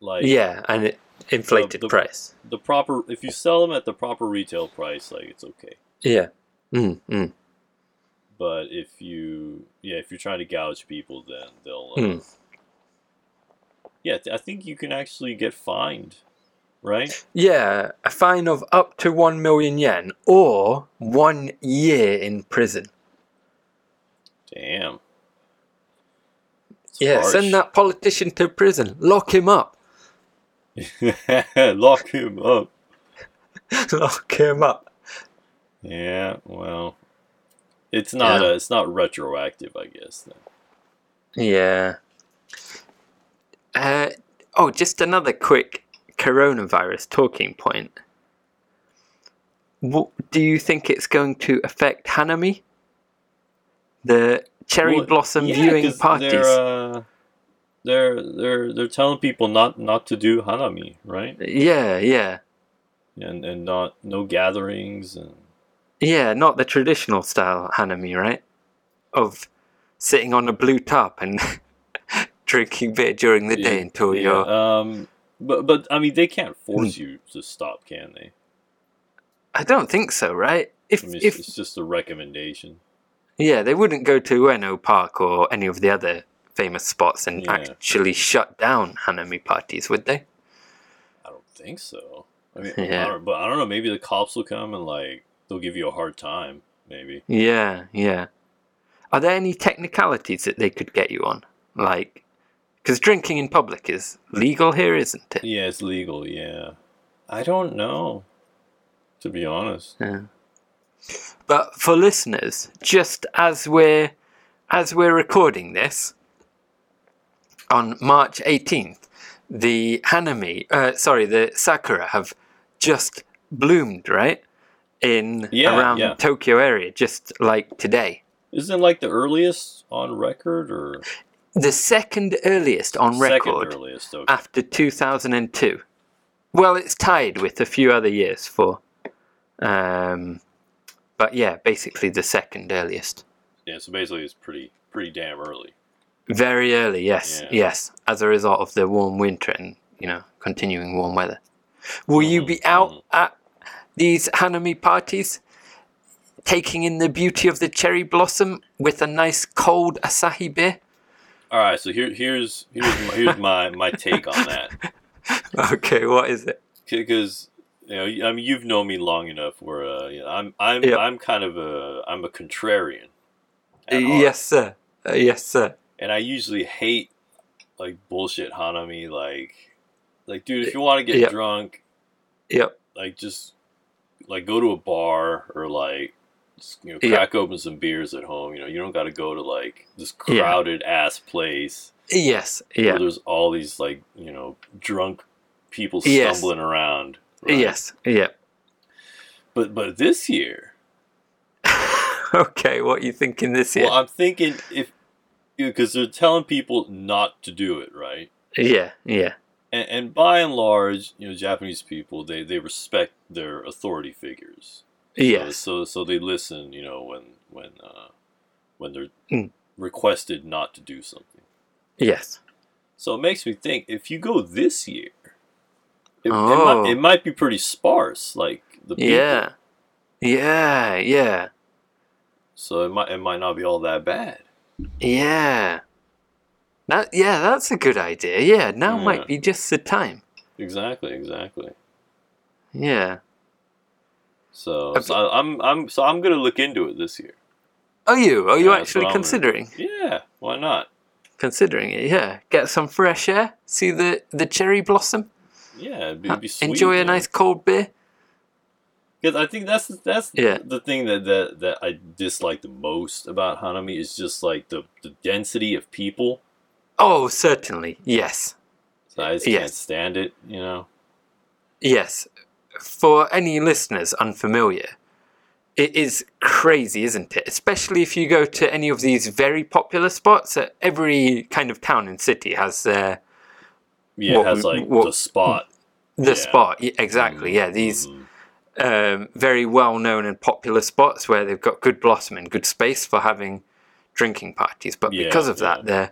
Speaker 1: like
Speaker 2: yeah, and it inflated
Speaker 1: the-
Speaker 2: price.
Speaker 1: the proper, if you sell them at the proper retail price, like it's okay.
Speaker 2: Yeah. Mm, mm.
Speaker 1: But if you, yeah, if you're trying to gouge people, then they'll. Uh,
Speaker 2: Mm.
Speaker 1: Yeah, I think you can actually get fined, right?
Speaker 2: Yeah, a fine of up to 1 million yen or one year in prison.
Speaker 1: Damn. It's
Speaker 2: Yeah,
Speaker 1: harsh.
Speaker 2: send that politician to prison. Lock him up.
Speaker 1: Lock him up.
Speaker 2: Lock him up.
Speaker 1: Yeah, well, it's not
Speaker 2: Yeah.
Speaker 1: uh it's not retroactive, I guess. Then.
Speaker 2: Yeah. Uh, oh, just another quick coronavirus talking point. What, do you think it's going to affect Hanami? The cherry
Speaker 1: Well,
Speaker 2: blossom
Speaker 1: Yeah,
Speaker 2: viewing
Speaker 1: 'cause
Speaker 2: parties.
Speaker 1: They're, uh, they're they're they're telling people not not to do hanami, right?
Speaker 2: Yeah, yeah.
Speaker 1: And and not no gatherings and
Speaker 2: Yeah, not the traditional style hanami, right? Of sitting on a blue tarp and drinking beer during the day until
Speaker 1: Yeah,
Speaker 2: you're.
Speaker 1: um. But but I mean, they can't
Speaker 2: Hmm.
Speaker 1: force you to stop, can they?
Speaker 2: I don't think so, right? If
Speaker 1: I mean, it's,
Speaker 2: if
Speaker 1: it's just a recommendation.
Speaker 2: yeah, they wouldn't go to Ueno Park or any of the other famous spots and
Speaker 1: Yeah.
Speaker 2: actually shut down hanami parties, would they?
Speaker 1: I don't think so. I mean,
Speaker 2: Yeah.
Speaker 1: I don't, but I don't know. Maybe the cops will come and like they'll give you a hard time. Maybe
Speaker 2: Yeah, yeah. Are there any technicalities that they could get you on, like? Because drinking in public is legal here, isn't it?
Speaker 1: yeah, it's legal. Yeah, I don't know. To be honest,
Speaker 2: But for listeners, just as we're as we're recording this on March 18th, the hanami, uh, sorry, the sakura have just bloomed, right? In
Speaker 1: Yeah,
Speaker 2: around
Speaker 1: yeah.
Speaker 2: Tokyo area, just like today.
Speaker 1: isn't it like the earliest on record or
Speaker 2: The second earliest on record Ah.
Speaker 1: second earliest? Okay.
Speaker 2: after 2002. Well, it's tied with a few other years for um but yeah, basically the second earliest.
Speaker 1: Yeah, so basically it's pretty pretty damn early.
Speaker 2: Very early, yes,
Speaker 1: Yeah.
Speaker 2: yes. As a result of the warm winter and you know continuing warm weather, will you be
Speaker 1: Mm-hmm.
Speaker 2: out at these hanami parties, taking in the beauty of the cherry blossom with a nice cold asahi beer?
Speaker 1: All right, so here here's here's my, here's my, my take on that
Speaker 2: Okay, what is it?
Speaker 1: because you know I mean you've known me long enough where uh, you know, I'm I'm
Speaker 2: Yep.
Speaker 1: I'm kind of a I'm a contrarian. at heart.
Speaker 2: Yes, sir. Uh, yes, sir.
Speaker 1: and I usually hate like bullshit Hanami. Like, like dude, if you want to get
Speaker 2: Yeah.
Speaker 1: drunk,
Speaker 2: Yep.
Speaker 1: like just like go to a bar or like just, you know
Speaker 2: Yeah.
Speaker 1: crack open some beers at home. You know, you don't got to go to like this
Speaker 2: Yeah.
Speaker 1: crowded ass place
Speaker 2: Yes.
Speaker 1: where
Speaker 2: Yeah.
Speaker 1: there's all these like you know drunk people
Speaker 2: Yes.
Speaker 1: stumbling around. right?
Speaker 2: Yes. Yep.
Speaker 1: but but this year,
Speaker 2: okay, what are you thinking this year?
Speaker 1: well, I'm thinking if because they're telling people not to do it, right?
Speaker 2: yeah. Yeah.
Speaker 1: and, and by and large, you know, Japanese people they, they respect their authority figures.
Speaker 2: Yes.
Speaker 1: So, so so they listen, you know, when when uh, when they're
Speaker 2: Mm.
Speaker 1: requested not to do something.
Speaker 2: Yes.
Speaker 1: So it makes me think if you go this year, it, it,
Speaker 2: Oh.
Speaker 1: might, it might be pretty sparse, like the people.
Speaker 2: Yeah. Yeah. Yeah.
Speaker 1: So it might it might not be all that bad.
Speaker 2: Yeah. That yeah, that's a good idea. Yeah, now
Speaker 1: Yeah.
Speaker 2: might be just the time.
Speaker 1: Exactly, exactly.
Speaker 2: Yeah.
Speaker 1: So,
Speaker 2: Okay.
Speaker 1: so I, I'm I'm so I'm gonna look into it this year.
Speaker 2: Oh, you? Are you
Speaker 1: Yeah, that's
Speaker 2: actually
Speaker 1: what I'm gonna do.
Speaker 2: considering
Speaker 1: Yeah, why not?
Speaker 2: considering it? Yeah. Get some fresh air. See the the cherry blossom.
Speaker 1: Yeah, it'd be, it'd be
Speaker 2: uh,
Speaker 1: sweet.
Speaker 2: Enjoy a
Speaker 1: man.
Speaker 2: nice cold beer.
Speaker 1: Because I think that's that's
Speaker 2: Yeah.
Speaker 1: the thing that, that that I dislike the most about Hanami is just like the, the density of people.
Speaker 2: Oh, certainly. Yes.
Speaker 1: So I just can't
Speaker 2: Yes.
Speaker 1: stand it, you know.
Speaker 2: Yes. For any listeners unfamiliar, it is crazy, isn't it? Especially if you go to any of these very popular spots. Uh, every kind of town and city has their
Speaker 1: Yeah,
Speaker 2: What
Speaker 1: it has
Speaker 2: we-
Speaker 1: like
Speaker 2: what-
Speaker 1: the spot.
Speaker 2: the
Speaker 1: Yeah.
Speaker 2: spot yeah, exactly yeah these
Speaker 1: Mhm.
Speaker 2: um, very well known and popular spots where they've got good blossom and good space for having drinking parties but
Speaker 1: Yeah,
Speaker 2: because of
Speaker 1: yeah.
Speaker 2: that they're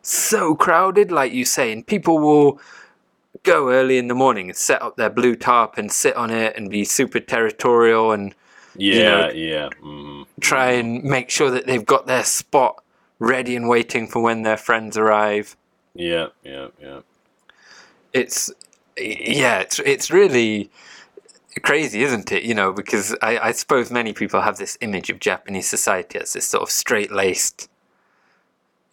Speaker 2: so crowded like you say and people will go early in the morning and set up their blue tarp and sit on it and be super territorial and
Speaker 1: Yeah,
Speaker 2: know-
Speaker 1: yeah. mhm.
Speaker 2: try and make sure that they've got their spot ready and waiting for when their friends arrive
Speaker 1: Yeah, yeah, yeah.
Speaker 2: it's yeah it's it's really crazy isn't it you know because i i suppose many people have this image of japanese society as this sort of straight laced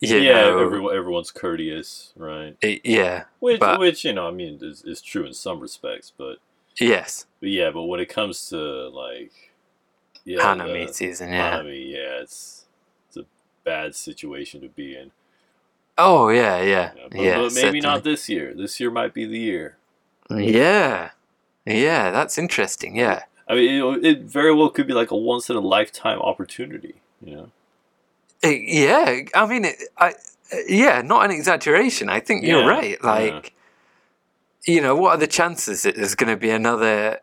Speaker 2: you
Speaker 1: yeah,
Speaker 2: know,
Speaker 1: everyone everyone's courteous, right?
Speaker 2: i- yeah,
Speaker 1: Which
Speaker 2: But-
Speaker 1: which you know, I mean, is, is true in some respects, but,
Speaker 2: yes,
Speaker 1: but yeah, but when it comes to like yeah,
Speaker 2: anime
Speaker 1: the
Speaker 2: season, yeah.
Speaker 1: anime, yeah, it's it's a bad situation to be in.
Speaker 2: oh yeah, yeah,
Speaker 1: you know,
Speaker 2: yeah.
Speaker 1: but, but maybe not this year. This year might be the year.
Speaker 2: certainly. Yeah, yeah, that's interesting. Yeah,
Speaker 1: I mean, you know, it very well could be like a once in a lifetime opportunity. You know,
Speaker 2: I- Eh, yeah. I mean, it, I yeah, not an exaggeration. I think you're
Speaker 1: Yeah,
Speaker 2: right. Like, you know, what are the chances that there's going to be another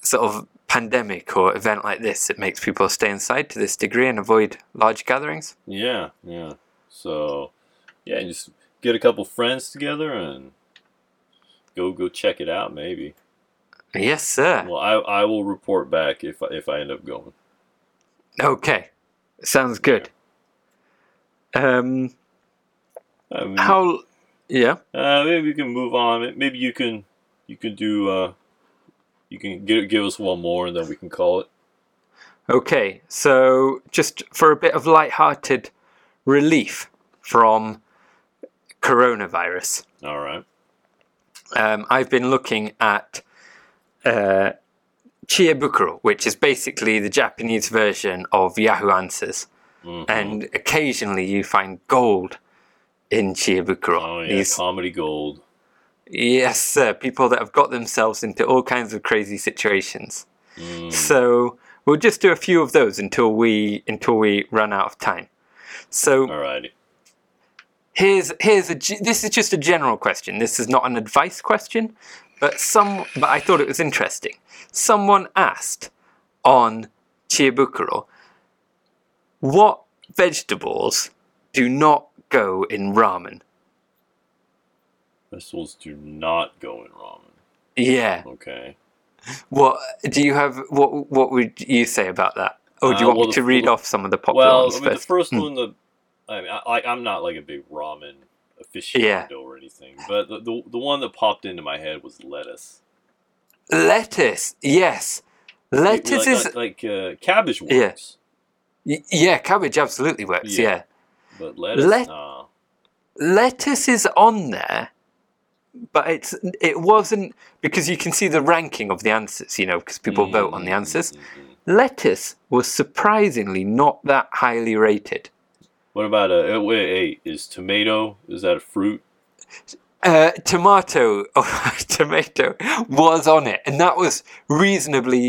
Speaker 2: sort of pandemic or event like this that makes people stay inside to this degree and avoid large gatherings?
Speaker 1: yeah, yeah. So, yeah, you just get a couple friends together and go go check it out. Maybe.
Speaker 2: Yes, sir.
Speaker 1: Well, I I will report back if I- if I end up going.
Speaker 2: Okay, sounds good. Um,
Speaker 1: I mean,
Speaker 2: how? Yeah.
Speaker 1: uh, maybe we can move on. Maybe you can you can do uh, you can give give us one more and then we can call it.
Speaker 2: Okay, so just for a bit of light-hearted relief from coronavirus.
Speaker 1: All right.
Speaker 2: um, I've been looking at uh, Chiebukuro, which is basically the Japanese version of Yahoo Answers.
Speaker 1: Mhm.
Speaker 2: And occasionally you find gold in Chiebukuro.
Speaker 1: Oh yeah,
Speaker 2: These-
Speaker 1: comedy gold.
Speaker 2: yes, sir, people that have got themselves into all kinds of crazy situations.
Speaker 1: Mm,
Speaker 2: So we'll just do a few of those until we until we run out of time. So
Speaker 1: all righty.
Speaker 2: here's here's a g- this is just a general question this is not an advice question but some but i thought it was interesting someone asked on chiabukuro what vegetables do not go in ramen
Speaker 1: Vegetables do not go in ramen.
Speaker 2: yeah
Speaker 1: Okay.
Speaker 2: what do you have what what would you say about that or do you
Speaker 1: Uh,
Speaker 2: want
Speaker 1: well,
Speaker 2: me
Speaker 1: the-
Speaker 2: to read off some of the popular
Speaker 1: Well,
Speaker 2: ones
Speaker 1: I mean, the
Speaker 2: first?
Speaker 1: first
Speaker 2: Mm.
Speaker 1: one, the I mean, I, I'm not like a big ramen aficionado
Speaker 2: Yeah.
Speaker 1: or anything, but the, the the one that popped into my head was lettuce.
Speaker 2: lettuce yes
Speaker 1: Like-
Speaker 2: lettuce is
Speaker 1: like, like uh, cabbage works,
Speaker 2: Yeah. y- yeah cabbage absolutely works
Speaker 1: Yeah.
Speaker 2: yeah.
Speaker 1: but lettuce,
Speaker 2: Let-
Speaker 1: nah.
Speaker 2: lettuce is on there but it's it wasn't because you can see the ranking of the answers you know because people vote on the
Speaker 1: Mm,
Speaker 2: answers
Speaker 1: mm, mm.
Speaker 2: lettuce was surprisingly not that highly rated
Speaker 1: What about uh, wait, hey, is tomato? Is that a fruit?
Speaker 2: uh, tomato or tomato was on it and that was reasonably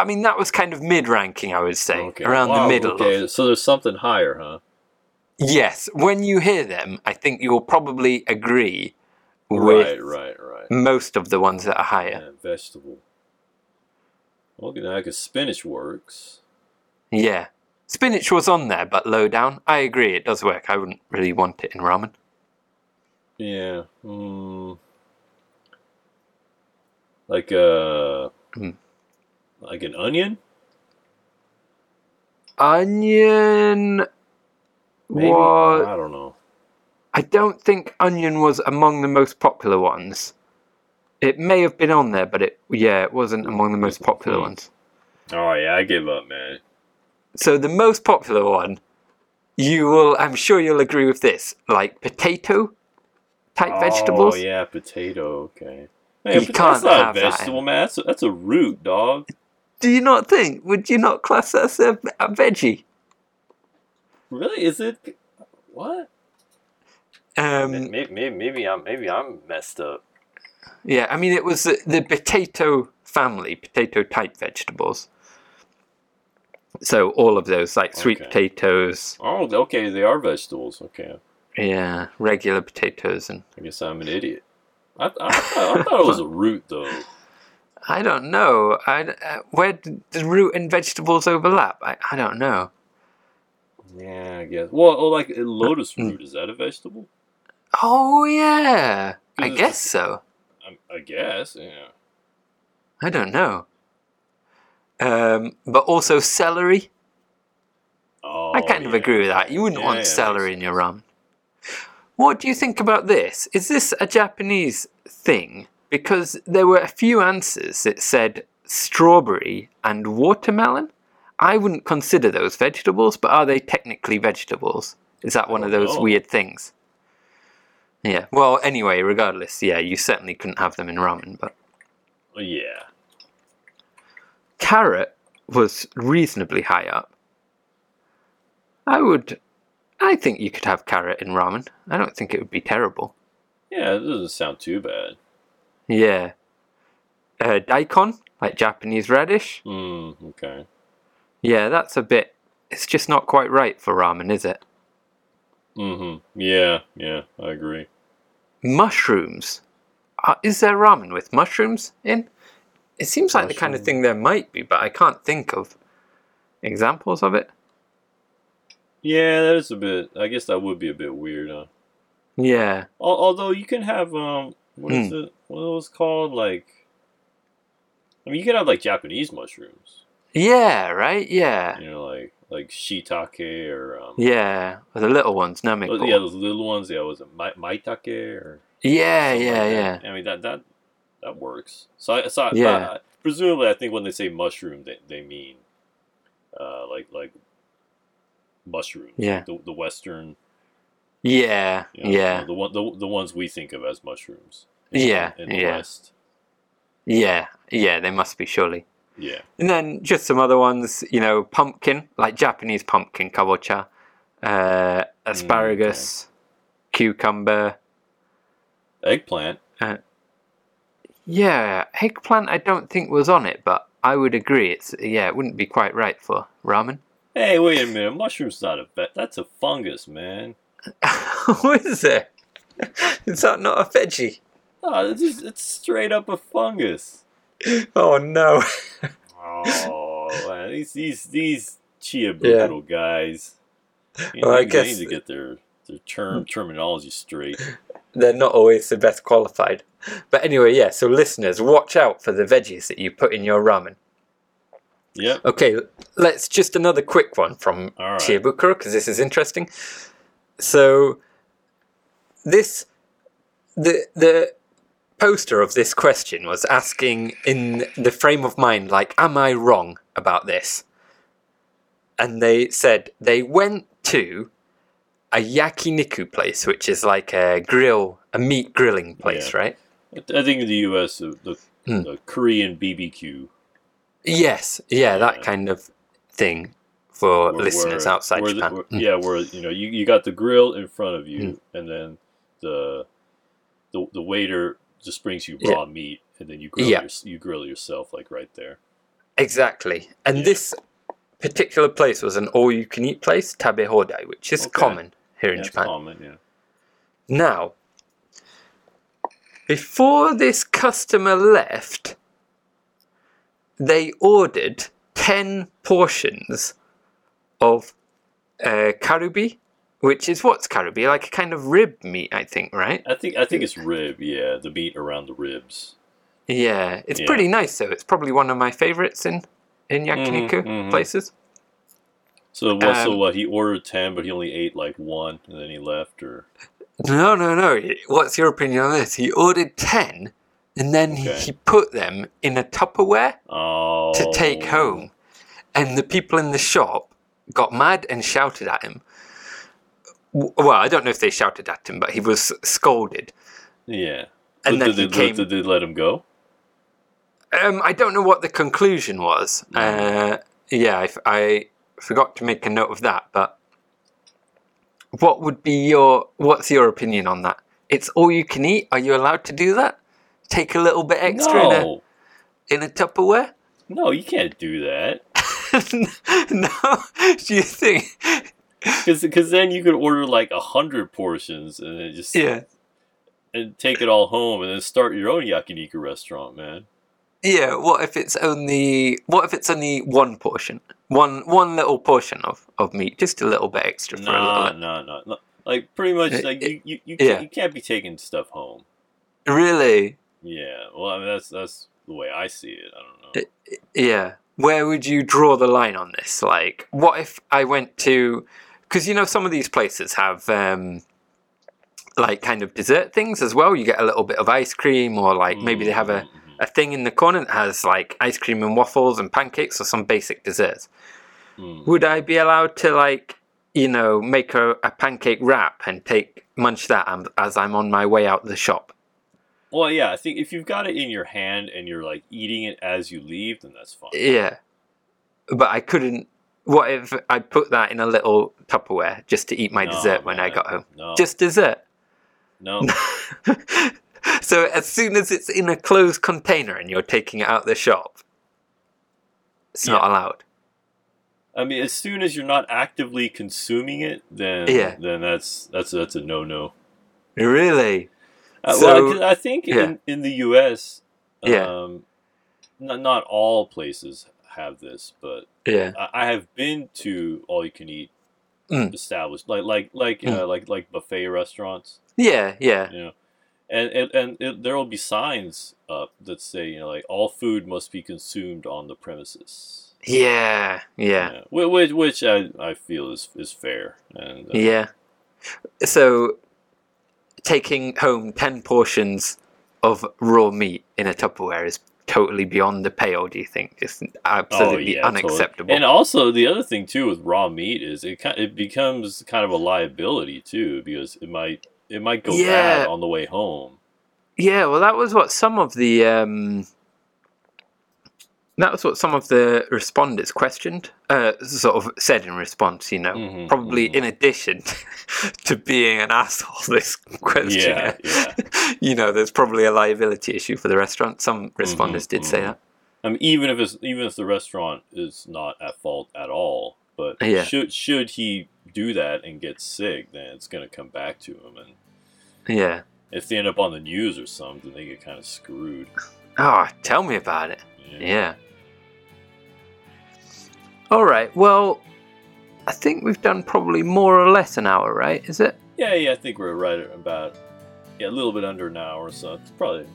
Speaker 2: i mean that was kind of mid-ranking i would say around
Speaker 1: Wow,
Speaker 2: the middle of-
Speaker 1: Okay, so there's something higher, huh?
Speaker 2: yes when you hear them i think you'll probably agree with
Speaker 1: Right, right, right.
Speaker 2: most of the ones that are higher
Speaker 1: Yeah, vegetable. Well, you know, like a spinach works.
Speaker 2: Yeah. Spinach was on there, but low down. I agree, it does work. I wouldn't really want it in ramen.
Speaker 1: Yeah. Mm, like a
Speaker 2: Mm.
Speaker 1: like an onion.
Speaker 2: Onion
Speaker 1: Maybe?
Speaker 2: was.
Speaker 1: I don't know.
Speaker 2: I don't think onion was among the most popular ones. It may have been on there, but it yeah, it wasn't among the most popular
Speaker 1: Hmm.
Speaker 2: ones.
Speaker 1: Oh yeah, I give up, man.
Speaker 2: So the most popular one, you will, I'm sure you'll agree with this, like potato type vegetables.
Speaker 1: Oh yeah, potato. Okay.
Speaker 2: You
Speaker 1: Man, pot-
Speaker 2: can't
Speaker 1: that's not
Speaker 2: have
Speaker 1: a
Speaker 2: that
Speaker 1: vegetable,
Speaker 2: in-
Speaker 1: man. That's a, that's a root, dog.
Speaker 2: Do you not think? Would you not class that as a, a veggie?
Speaker 1: Really? Is it? What?
Speaker 2: Um,
Speaker 1: Maybe, maybe, maybe I'm maybe I'm messed up.
Speaker 2: Yeah, I mean, it was the, the potato family, potato type vegetables. So all of those, like sweet
Speaker 1: Okay.
Speaker 2: potatoes,
Speaker 1: Oh, okay. They are vegetables. Okay.
Speaker 2: yeah, regular potatoes, and
Speaker 1: I guess I'm an idiot. I, I, I thought it was a root, though.
Speaker 2: I don't know. I d- uh, where d- does root and vegetables overlap? I, I don't know.
Speaker 1: Yeah, I guess. Well, oh, like a lotus
Speaker 2: Hmm.
Speaker 1: root is that a vegetable?
Speaker 2: Oh yeah, I
Speaker 1: Is it-
Speaker 2: guess so.
Speaker 1: I, I guess. Yeah.
Speaker 2: I don't know. Um, but also celery.
Speaker 1: Oh,
Speaker 2: I kind of agree with that. You wouldn't want celery in your ramen. What do you think about this? Is this a Japanese thing? Because there were a few answers that said strawberry and watermelon. I wouldn't consider those vegetables, but are they technically vegetables? Is that one of
Speaker 1: Oh,
Speaker 2: those
Speaker 1: no.
Speaker 2: weird things? Yeah. Well, anyway, regardless, yeah, you certainly couldn't have them in ramen, but
Speaker 1: Well, Oh, yeah.
Speaker 2: carrot was reasonably high up. I would I think you could have carrot in ramen. I don't think it would be terrible.
Speaker 1: Yeah, it doesn't sound too bad.
Speaker 2: Yeah. Uh, daikon, like Japanese radish.
Speaker 1: Mm, okay.
Speaker 2: Yeah, that's a bit. It's just not quite right for ramen, is it?
Speaker 1: Mm-hmm. Yeah, yeah, I agree.
Speaker 2: Mushrooms. Uh, is there ramen with mushrooms in? It seems like the kind of
Speaker 1: Mushroom.
Speaker 2: thing there might be, but I can't think of examples of it.
Speaker 1: Yeah, that is a bit. I guess that would be a bit weird, huh?
Speaker 2: Yeah.
Speaker 1: Al- Although you can have um, what is
Speaker 2: Hmm.
Speaker 1: it? What are those called? Like, I mean, you could have like Japanese mushrooms.
Speaker 2: Yeah, right? Yeah.
Speaker 1: You know, like like shiitake or um,
Speaker 2: Yeah. Or the little ones,
Speaker 1: those-
Speaker 2: Namiko.
Speaker 1: yeah, those little ones. Yeah, was it mai- maitake or?
Speaker 2: yeah,
Speaker 1: something
Speaker 2: yeah,
Speaker 1: like
Speaker 2: yeah.
Speaker 1: that. I mean that that that works. So, I- so I-
Speaker 2: Yeah.
Speaker 1: I- presumably, I think when they say mushroom, they, they mean uh, like like mushrooms.
Speaker 2: Yeah.
Speaker 1: the, the Western.
Speaker 2: Yeah,
Speaker 1: you know,
Speaker 2: yeah,
Speaker 1: the one the, the ones we think of as mushrooms.
Speaker 2: Yeah,
Speaker 1: in the
Speaker 2: yeah.
Speaker 1: West.
Speaker 2: yeah, yeah, they must be, surely.
Speaker 1: Yeah.
Speaker 2: And then just some other ones, you know, pumpkin, like Japanese pumpkin, kabocha, uh, asparagus, cucumber.
Speaker 1: Eggplant.
Speaker 2: Yeah, eggplant I don't think was on it, but I would agree. It's yeah, it wouldn't be quite right for ramen.
Speaker 1: Hey, wait a minute. Mushroom's not a vet. That's a fungus, man.
Speaker 2: what is it? Is that not a veggie?
Speaker 1: Oh, it's, just, it's straight up a fungus.
Speaker 2: Oh no.
Speaker 1: Oh, man. these these these chia
Speaker 2: Yeah.
Speaker 1: little guys. You
Speaker 2: Well, I
Speaker 1: they
Speaker 2: guess- Hmm.
Speaker 1: need to get their their term terminology straight.
Speaker 2: They're not always the best qualified. But anyway, yeah, so listeners, watch out for the veggies that you put in your ramen.
Speaker 1: Yep.
Speaker 2: Okay, let's just another quick one from
Speaker 1: All right.
Speaker 2: Chiabukuro because this is interesting. So, this the the poster of this question was asking in the frame of mind like, "Am I wrong about this?" And they said they went to a yakiniku place, which is like a grill, a meat grilling place,
Speaker 1: Yeah.
Speaker 2: right?
Speaker 1: I think in the U.S. the the,
Speaker 2: Hmm.
Speaker 1: the Korean BBQ
Speaker 2: Yes, yeah, that
Speaker 1: Yeah.
Speaker 2: kind of thing for
Speaker 1: where-
Speaker 2: listeners
Speaker 1: where-
Speaker 2: outside
Speaker 1: where the-
Speaker 2: Japan.
Speaker 1: where-
Speaker 2: Mm.
Speaker 1: yeah, where you know you, you got the grill in front of you,
Speaker 2: Hmm.
Speaker 1: and then the the, the waiter just brings you
Speaker 2: Yeah.
Speaker 1: raw meat, and then you grill
Speaker 2: Yeah.
Speaker 1: your, you grill yourself like right there.
Speaker 2: Exactly. And
Speaker 1: Yeah.
Speaker 2: this particular place was an all you can eat place, Tabe Hodai, which is
Speaker 1: Okay.
Speaker 2: common here in
Speaker 1: Yeah, it's
Speaker 2: Japan.
Speaker 1: common, yeah.
Speaker 2: Now, before this customer left, they ordered 10 portions of uh, karubi, which is what's karubi? Like a kind of rib meat, I think, right?
Speaker 1: I think I think it's rib. Yeah, the meat around the ribs.
Speaker 2: Yeah, it's
Speaker 1: Yeah.
Speaker 2: pretty nice though. It's probably one of my favorites in, in yakiniku
Speaker 1: mhm.
Speaker 2: places.
Speaker 1: So what? so
Speaker 2: Um,
Speaker 1: what? He ordered ten, but he only ate like one, and then he left. Or
Speaker 2: No, no, no. What's your opinion on this? He ordered 10 and then he-
Speaker 1: Okay.
Speaker 2: he put them in a Tupperware
Speaker 1: oh,
Speaker 2: to take home. And the people in the shop got mad and shouted at him. W- Well, I don't know if they shouted at him, but he was scolded.
Speaker 1: Yeah.
Speaker 2: And
Speaker 1: Did-
Speaker 2: then
Speaker 1: did,
Speaker 2: he
Speaker 1: they-
Speaker 2: came.
Speaker 1: did they let him go?
Speaker 2: Um, I don't know what the conclusion was. Uh, yeah, I, f- I forgot to make a note of that. But what would be your what's your opinion on that? It's all you can eat. Are you allowed to do that? Take a little bit extra
Speaker 1: no,
Speaker 2: in, a, in a Tupperware?
Speaker 1: no, you can't do that.
Speaker 2: no, do you think?
Speaker 1: Because then you could order like a hundred portions and then just
Speaker 2: Yeah,
Speaker 1: and take it all home and then start your own yakiniku restaurant, man.
Speaker 2: yeah. What if it's only what if it's only one portion, one one little portion of of meat, just a little bit extra for a little
Speaker 1: Nah, nah, nah, nah. Like pretty much,
Speaker 2: It-
Speaker 1: like
Speaker 2: it-
Speaker 1: you, you, you,
Speaker 2: yeah.
Speaker 1: can't, you can't be taking stuff home.
Speaker 2: bit. Really?
Speaker 1: Yeah, well, I mean that's that's the way I see it. I don't know.
Speaker 2: It- Yeah. Where would you draw the line on this? Like, what if I went to. Because, you know, some of these places have, um, like, kind of dessert things as well. You get a little bit of ice cream, or, like, maybe they have a,
Speaker 1: Mm, mm,
Speaker 2: a thing in the corner that has, like, ice cream and waffles and pancakes or some basic desserts.
Speaker 1: mm, mm.
Speaker 2: Would I be allowed to, like, you know, make a, a pancake wrap and take munch that um, as I'm on my way out the shop.
Speaker 1: Well, yeah, I think if you've got it in your hand and you're like eating it as you leave, then that's fine.
Speaker 2: Yeah. But I couldn't. What if I put that in a little Tupperware just to eat my
Speaker 1: No,
Speaker 2: dessert when I
Speaker 1: Oh, man. Oh.
Speaker 2: got home?
Speaker 1: No,
Speaker 2: Just dessert.
Speaker 1: no.
Speaker 2: so as soon as it's in a closed container and you're taking it out the shop, it's not
Speaker 1: Yeah.
Speaker 2: allowed.
Speaker 1: I mean, as soon as you're not actively consuming it, then
Speaker 2: Yeah.
Speaker 1: then that's that's that's a no no.
Speaker 2: Really?
Speaker 1: Uh,
Speaker 2: So-
Speaker 1: well, 'cause I think
Speaker 2: yeah.
Speaker 1: in, in the U.S., um,
Speaker 2: Yeah.
Speaker 1: not not all places have this, but
Speaker 2: Yeah.
Speaker 1: I, I have been to all you can eat
Speaker 2: Mm.
Speaker 1: established like like like
Speaker 2: Mm.
Speaker 1: uh, like like buffet restaurants,
Speaker 2: Yeah, yeah.
Speaker 1: you know, and and, and it, there will be signs up that say you know like all food must be consumed on the premises.
Speaker 2: Yeah, yeah.
Speaker 1: Yeah. Whi- Which which I, I feel is is fair and uh,
Speaker 2: Yeah. So taking home 10 portions of raw meat in a Tupperware is totally beyond the pale, do you think? It's absolutely
Speaker 1: oh, totally.
Speaker 2: unacceptable.
Speaker 1: And uh, also, the other thing too with raw meat is it ki- it becomes kind of a liability too because it might it might go
Speaker 2: Yeah.
Speaker 1: bad on the way home.
Speaker 2: Yeah, well, that was what some of the um, that was what some of the respondents questioned, uh, sort of said in response. You know,
Speaker 1: Mhm,
Speaker 2: probably
Speaker 1: mhm.
Speaker 2: in addition to being an asshole, this
Speaker 1: yeah,
Speaker 2: questionnaire.
Speaker 1: yeah.
Speaker 2: you know, there's probably a liability issue for the restaurant. Some respondents did say
Speaker 1: mhm.
Speaker 2: that.
Speaker 1: I mean, even if it's even if the restaurant is not at fault at all, but
Speaker 2: Yeah.
Speaker 1: should should he do that and get sick, then it's going to come back to him, and
Speaker 2: Yeah.
Speaker 1: if they end up on the news or something, they get kind of screwed.
Speaker 2: Oh, tell me about it.
Speaker 1: you know?
Speaker 2: Yeah. All right. Well, I think we've done probably more or less an hour, right? Is it?
Speaker 1: yeah, yeah. I think we're right at about yeah a little bit under an hour, so it's probably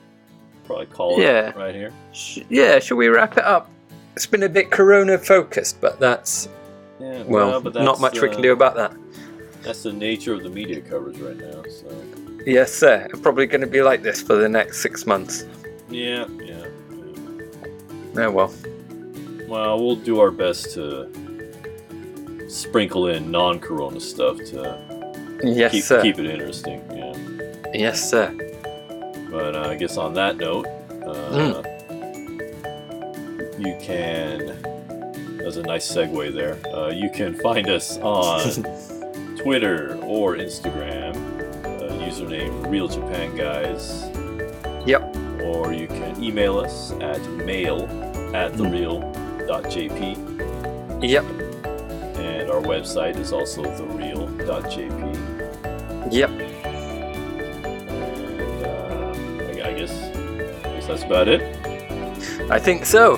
Speaker 1: probably call
Speaker 2: Yeah.
Speaker 1: it right here.
Speaker 2: Sh- yeah, shall we wrap it up? It's been a bit corona focused, but that's
Speaker 1: Yeah,
Speaker 2: well,
Speaker 1: no, but
Speaker 2: not
Speaker 1: that's,
Speaker 2: much we can
Speaker 1: uh,
Speaker 2: do about that.
Speaker 1: That's the nature of the media coverage right now. So
Speaker 2: Yes, sir. Probably going to be like this for the next six months.
Speaker 1: yeah, yeah. yeah.
Speaker 2: Oh well.
Speaker 1: Well, we'll do our best to sprinkle in non-corona stuff to
Speaker 2: Yes,
Speaker 1: keep
Speaker 2: sir.
Speaker 1: keep it interesting. Yeah.
Speaker 2: Yes, sir.
Speaker 1: But uh, I guess on that note, uh,
Speaker 2: Hmm.
Speaker 1: you can. That's a nice segue there. Uh, you can find us on Twitter or Instagram. Uh, username Real Japan Guys.
Speaker 2: Yep.
Speaker 1: Or you can email us at mail at
Speaker 2: Mm.
Speaker 1: thereal.jp.
Speaker 2: Yep.
Speaker 1: And our website is also thereal.jp.
Speaker 2: Yep.
Speaker 1: And uh, I, I, guess, I guess that's about it.
Speaker 2: I think so.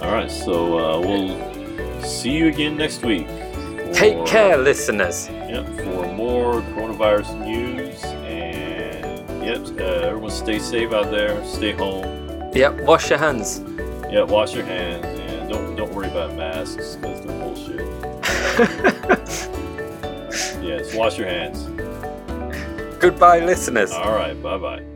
Speaker 1: All right, so uh, we'll see you again next week. for-
Speaker 2: Take care, listeners.
Speaker 1: Yep, for more coronavirus news and yep, uh, everyone stay safe out there. Stay home.
Speaker 2: Yep. Wash your hands.
Speaker 1: Yeah, wash your hands and don't don't worry about masks because they're bullshit. yes, wash your hands.
Speaker 2: Goodbye, listeners.
Speaker 1: All right, bye bye.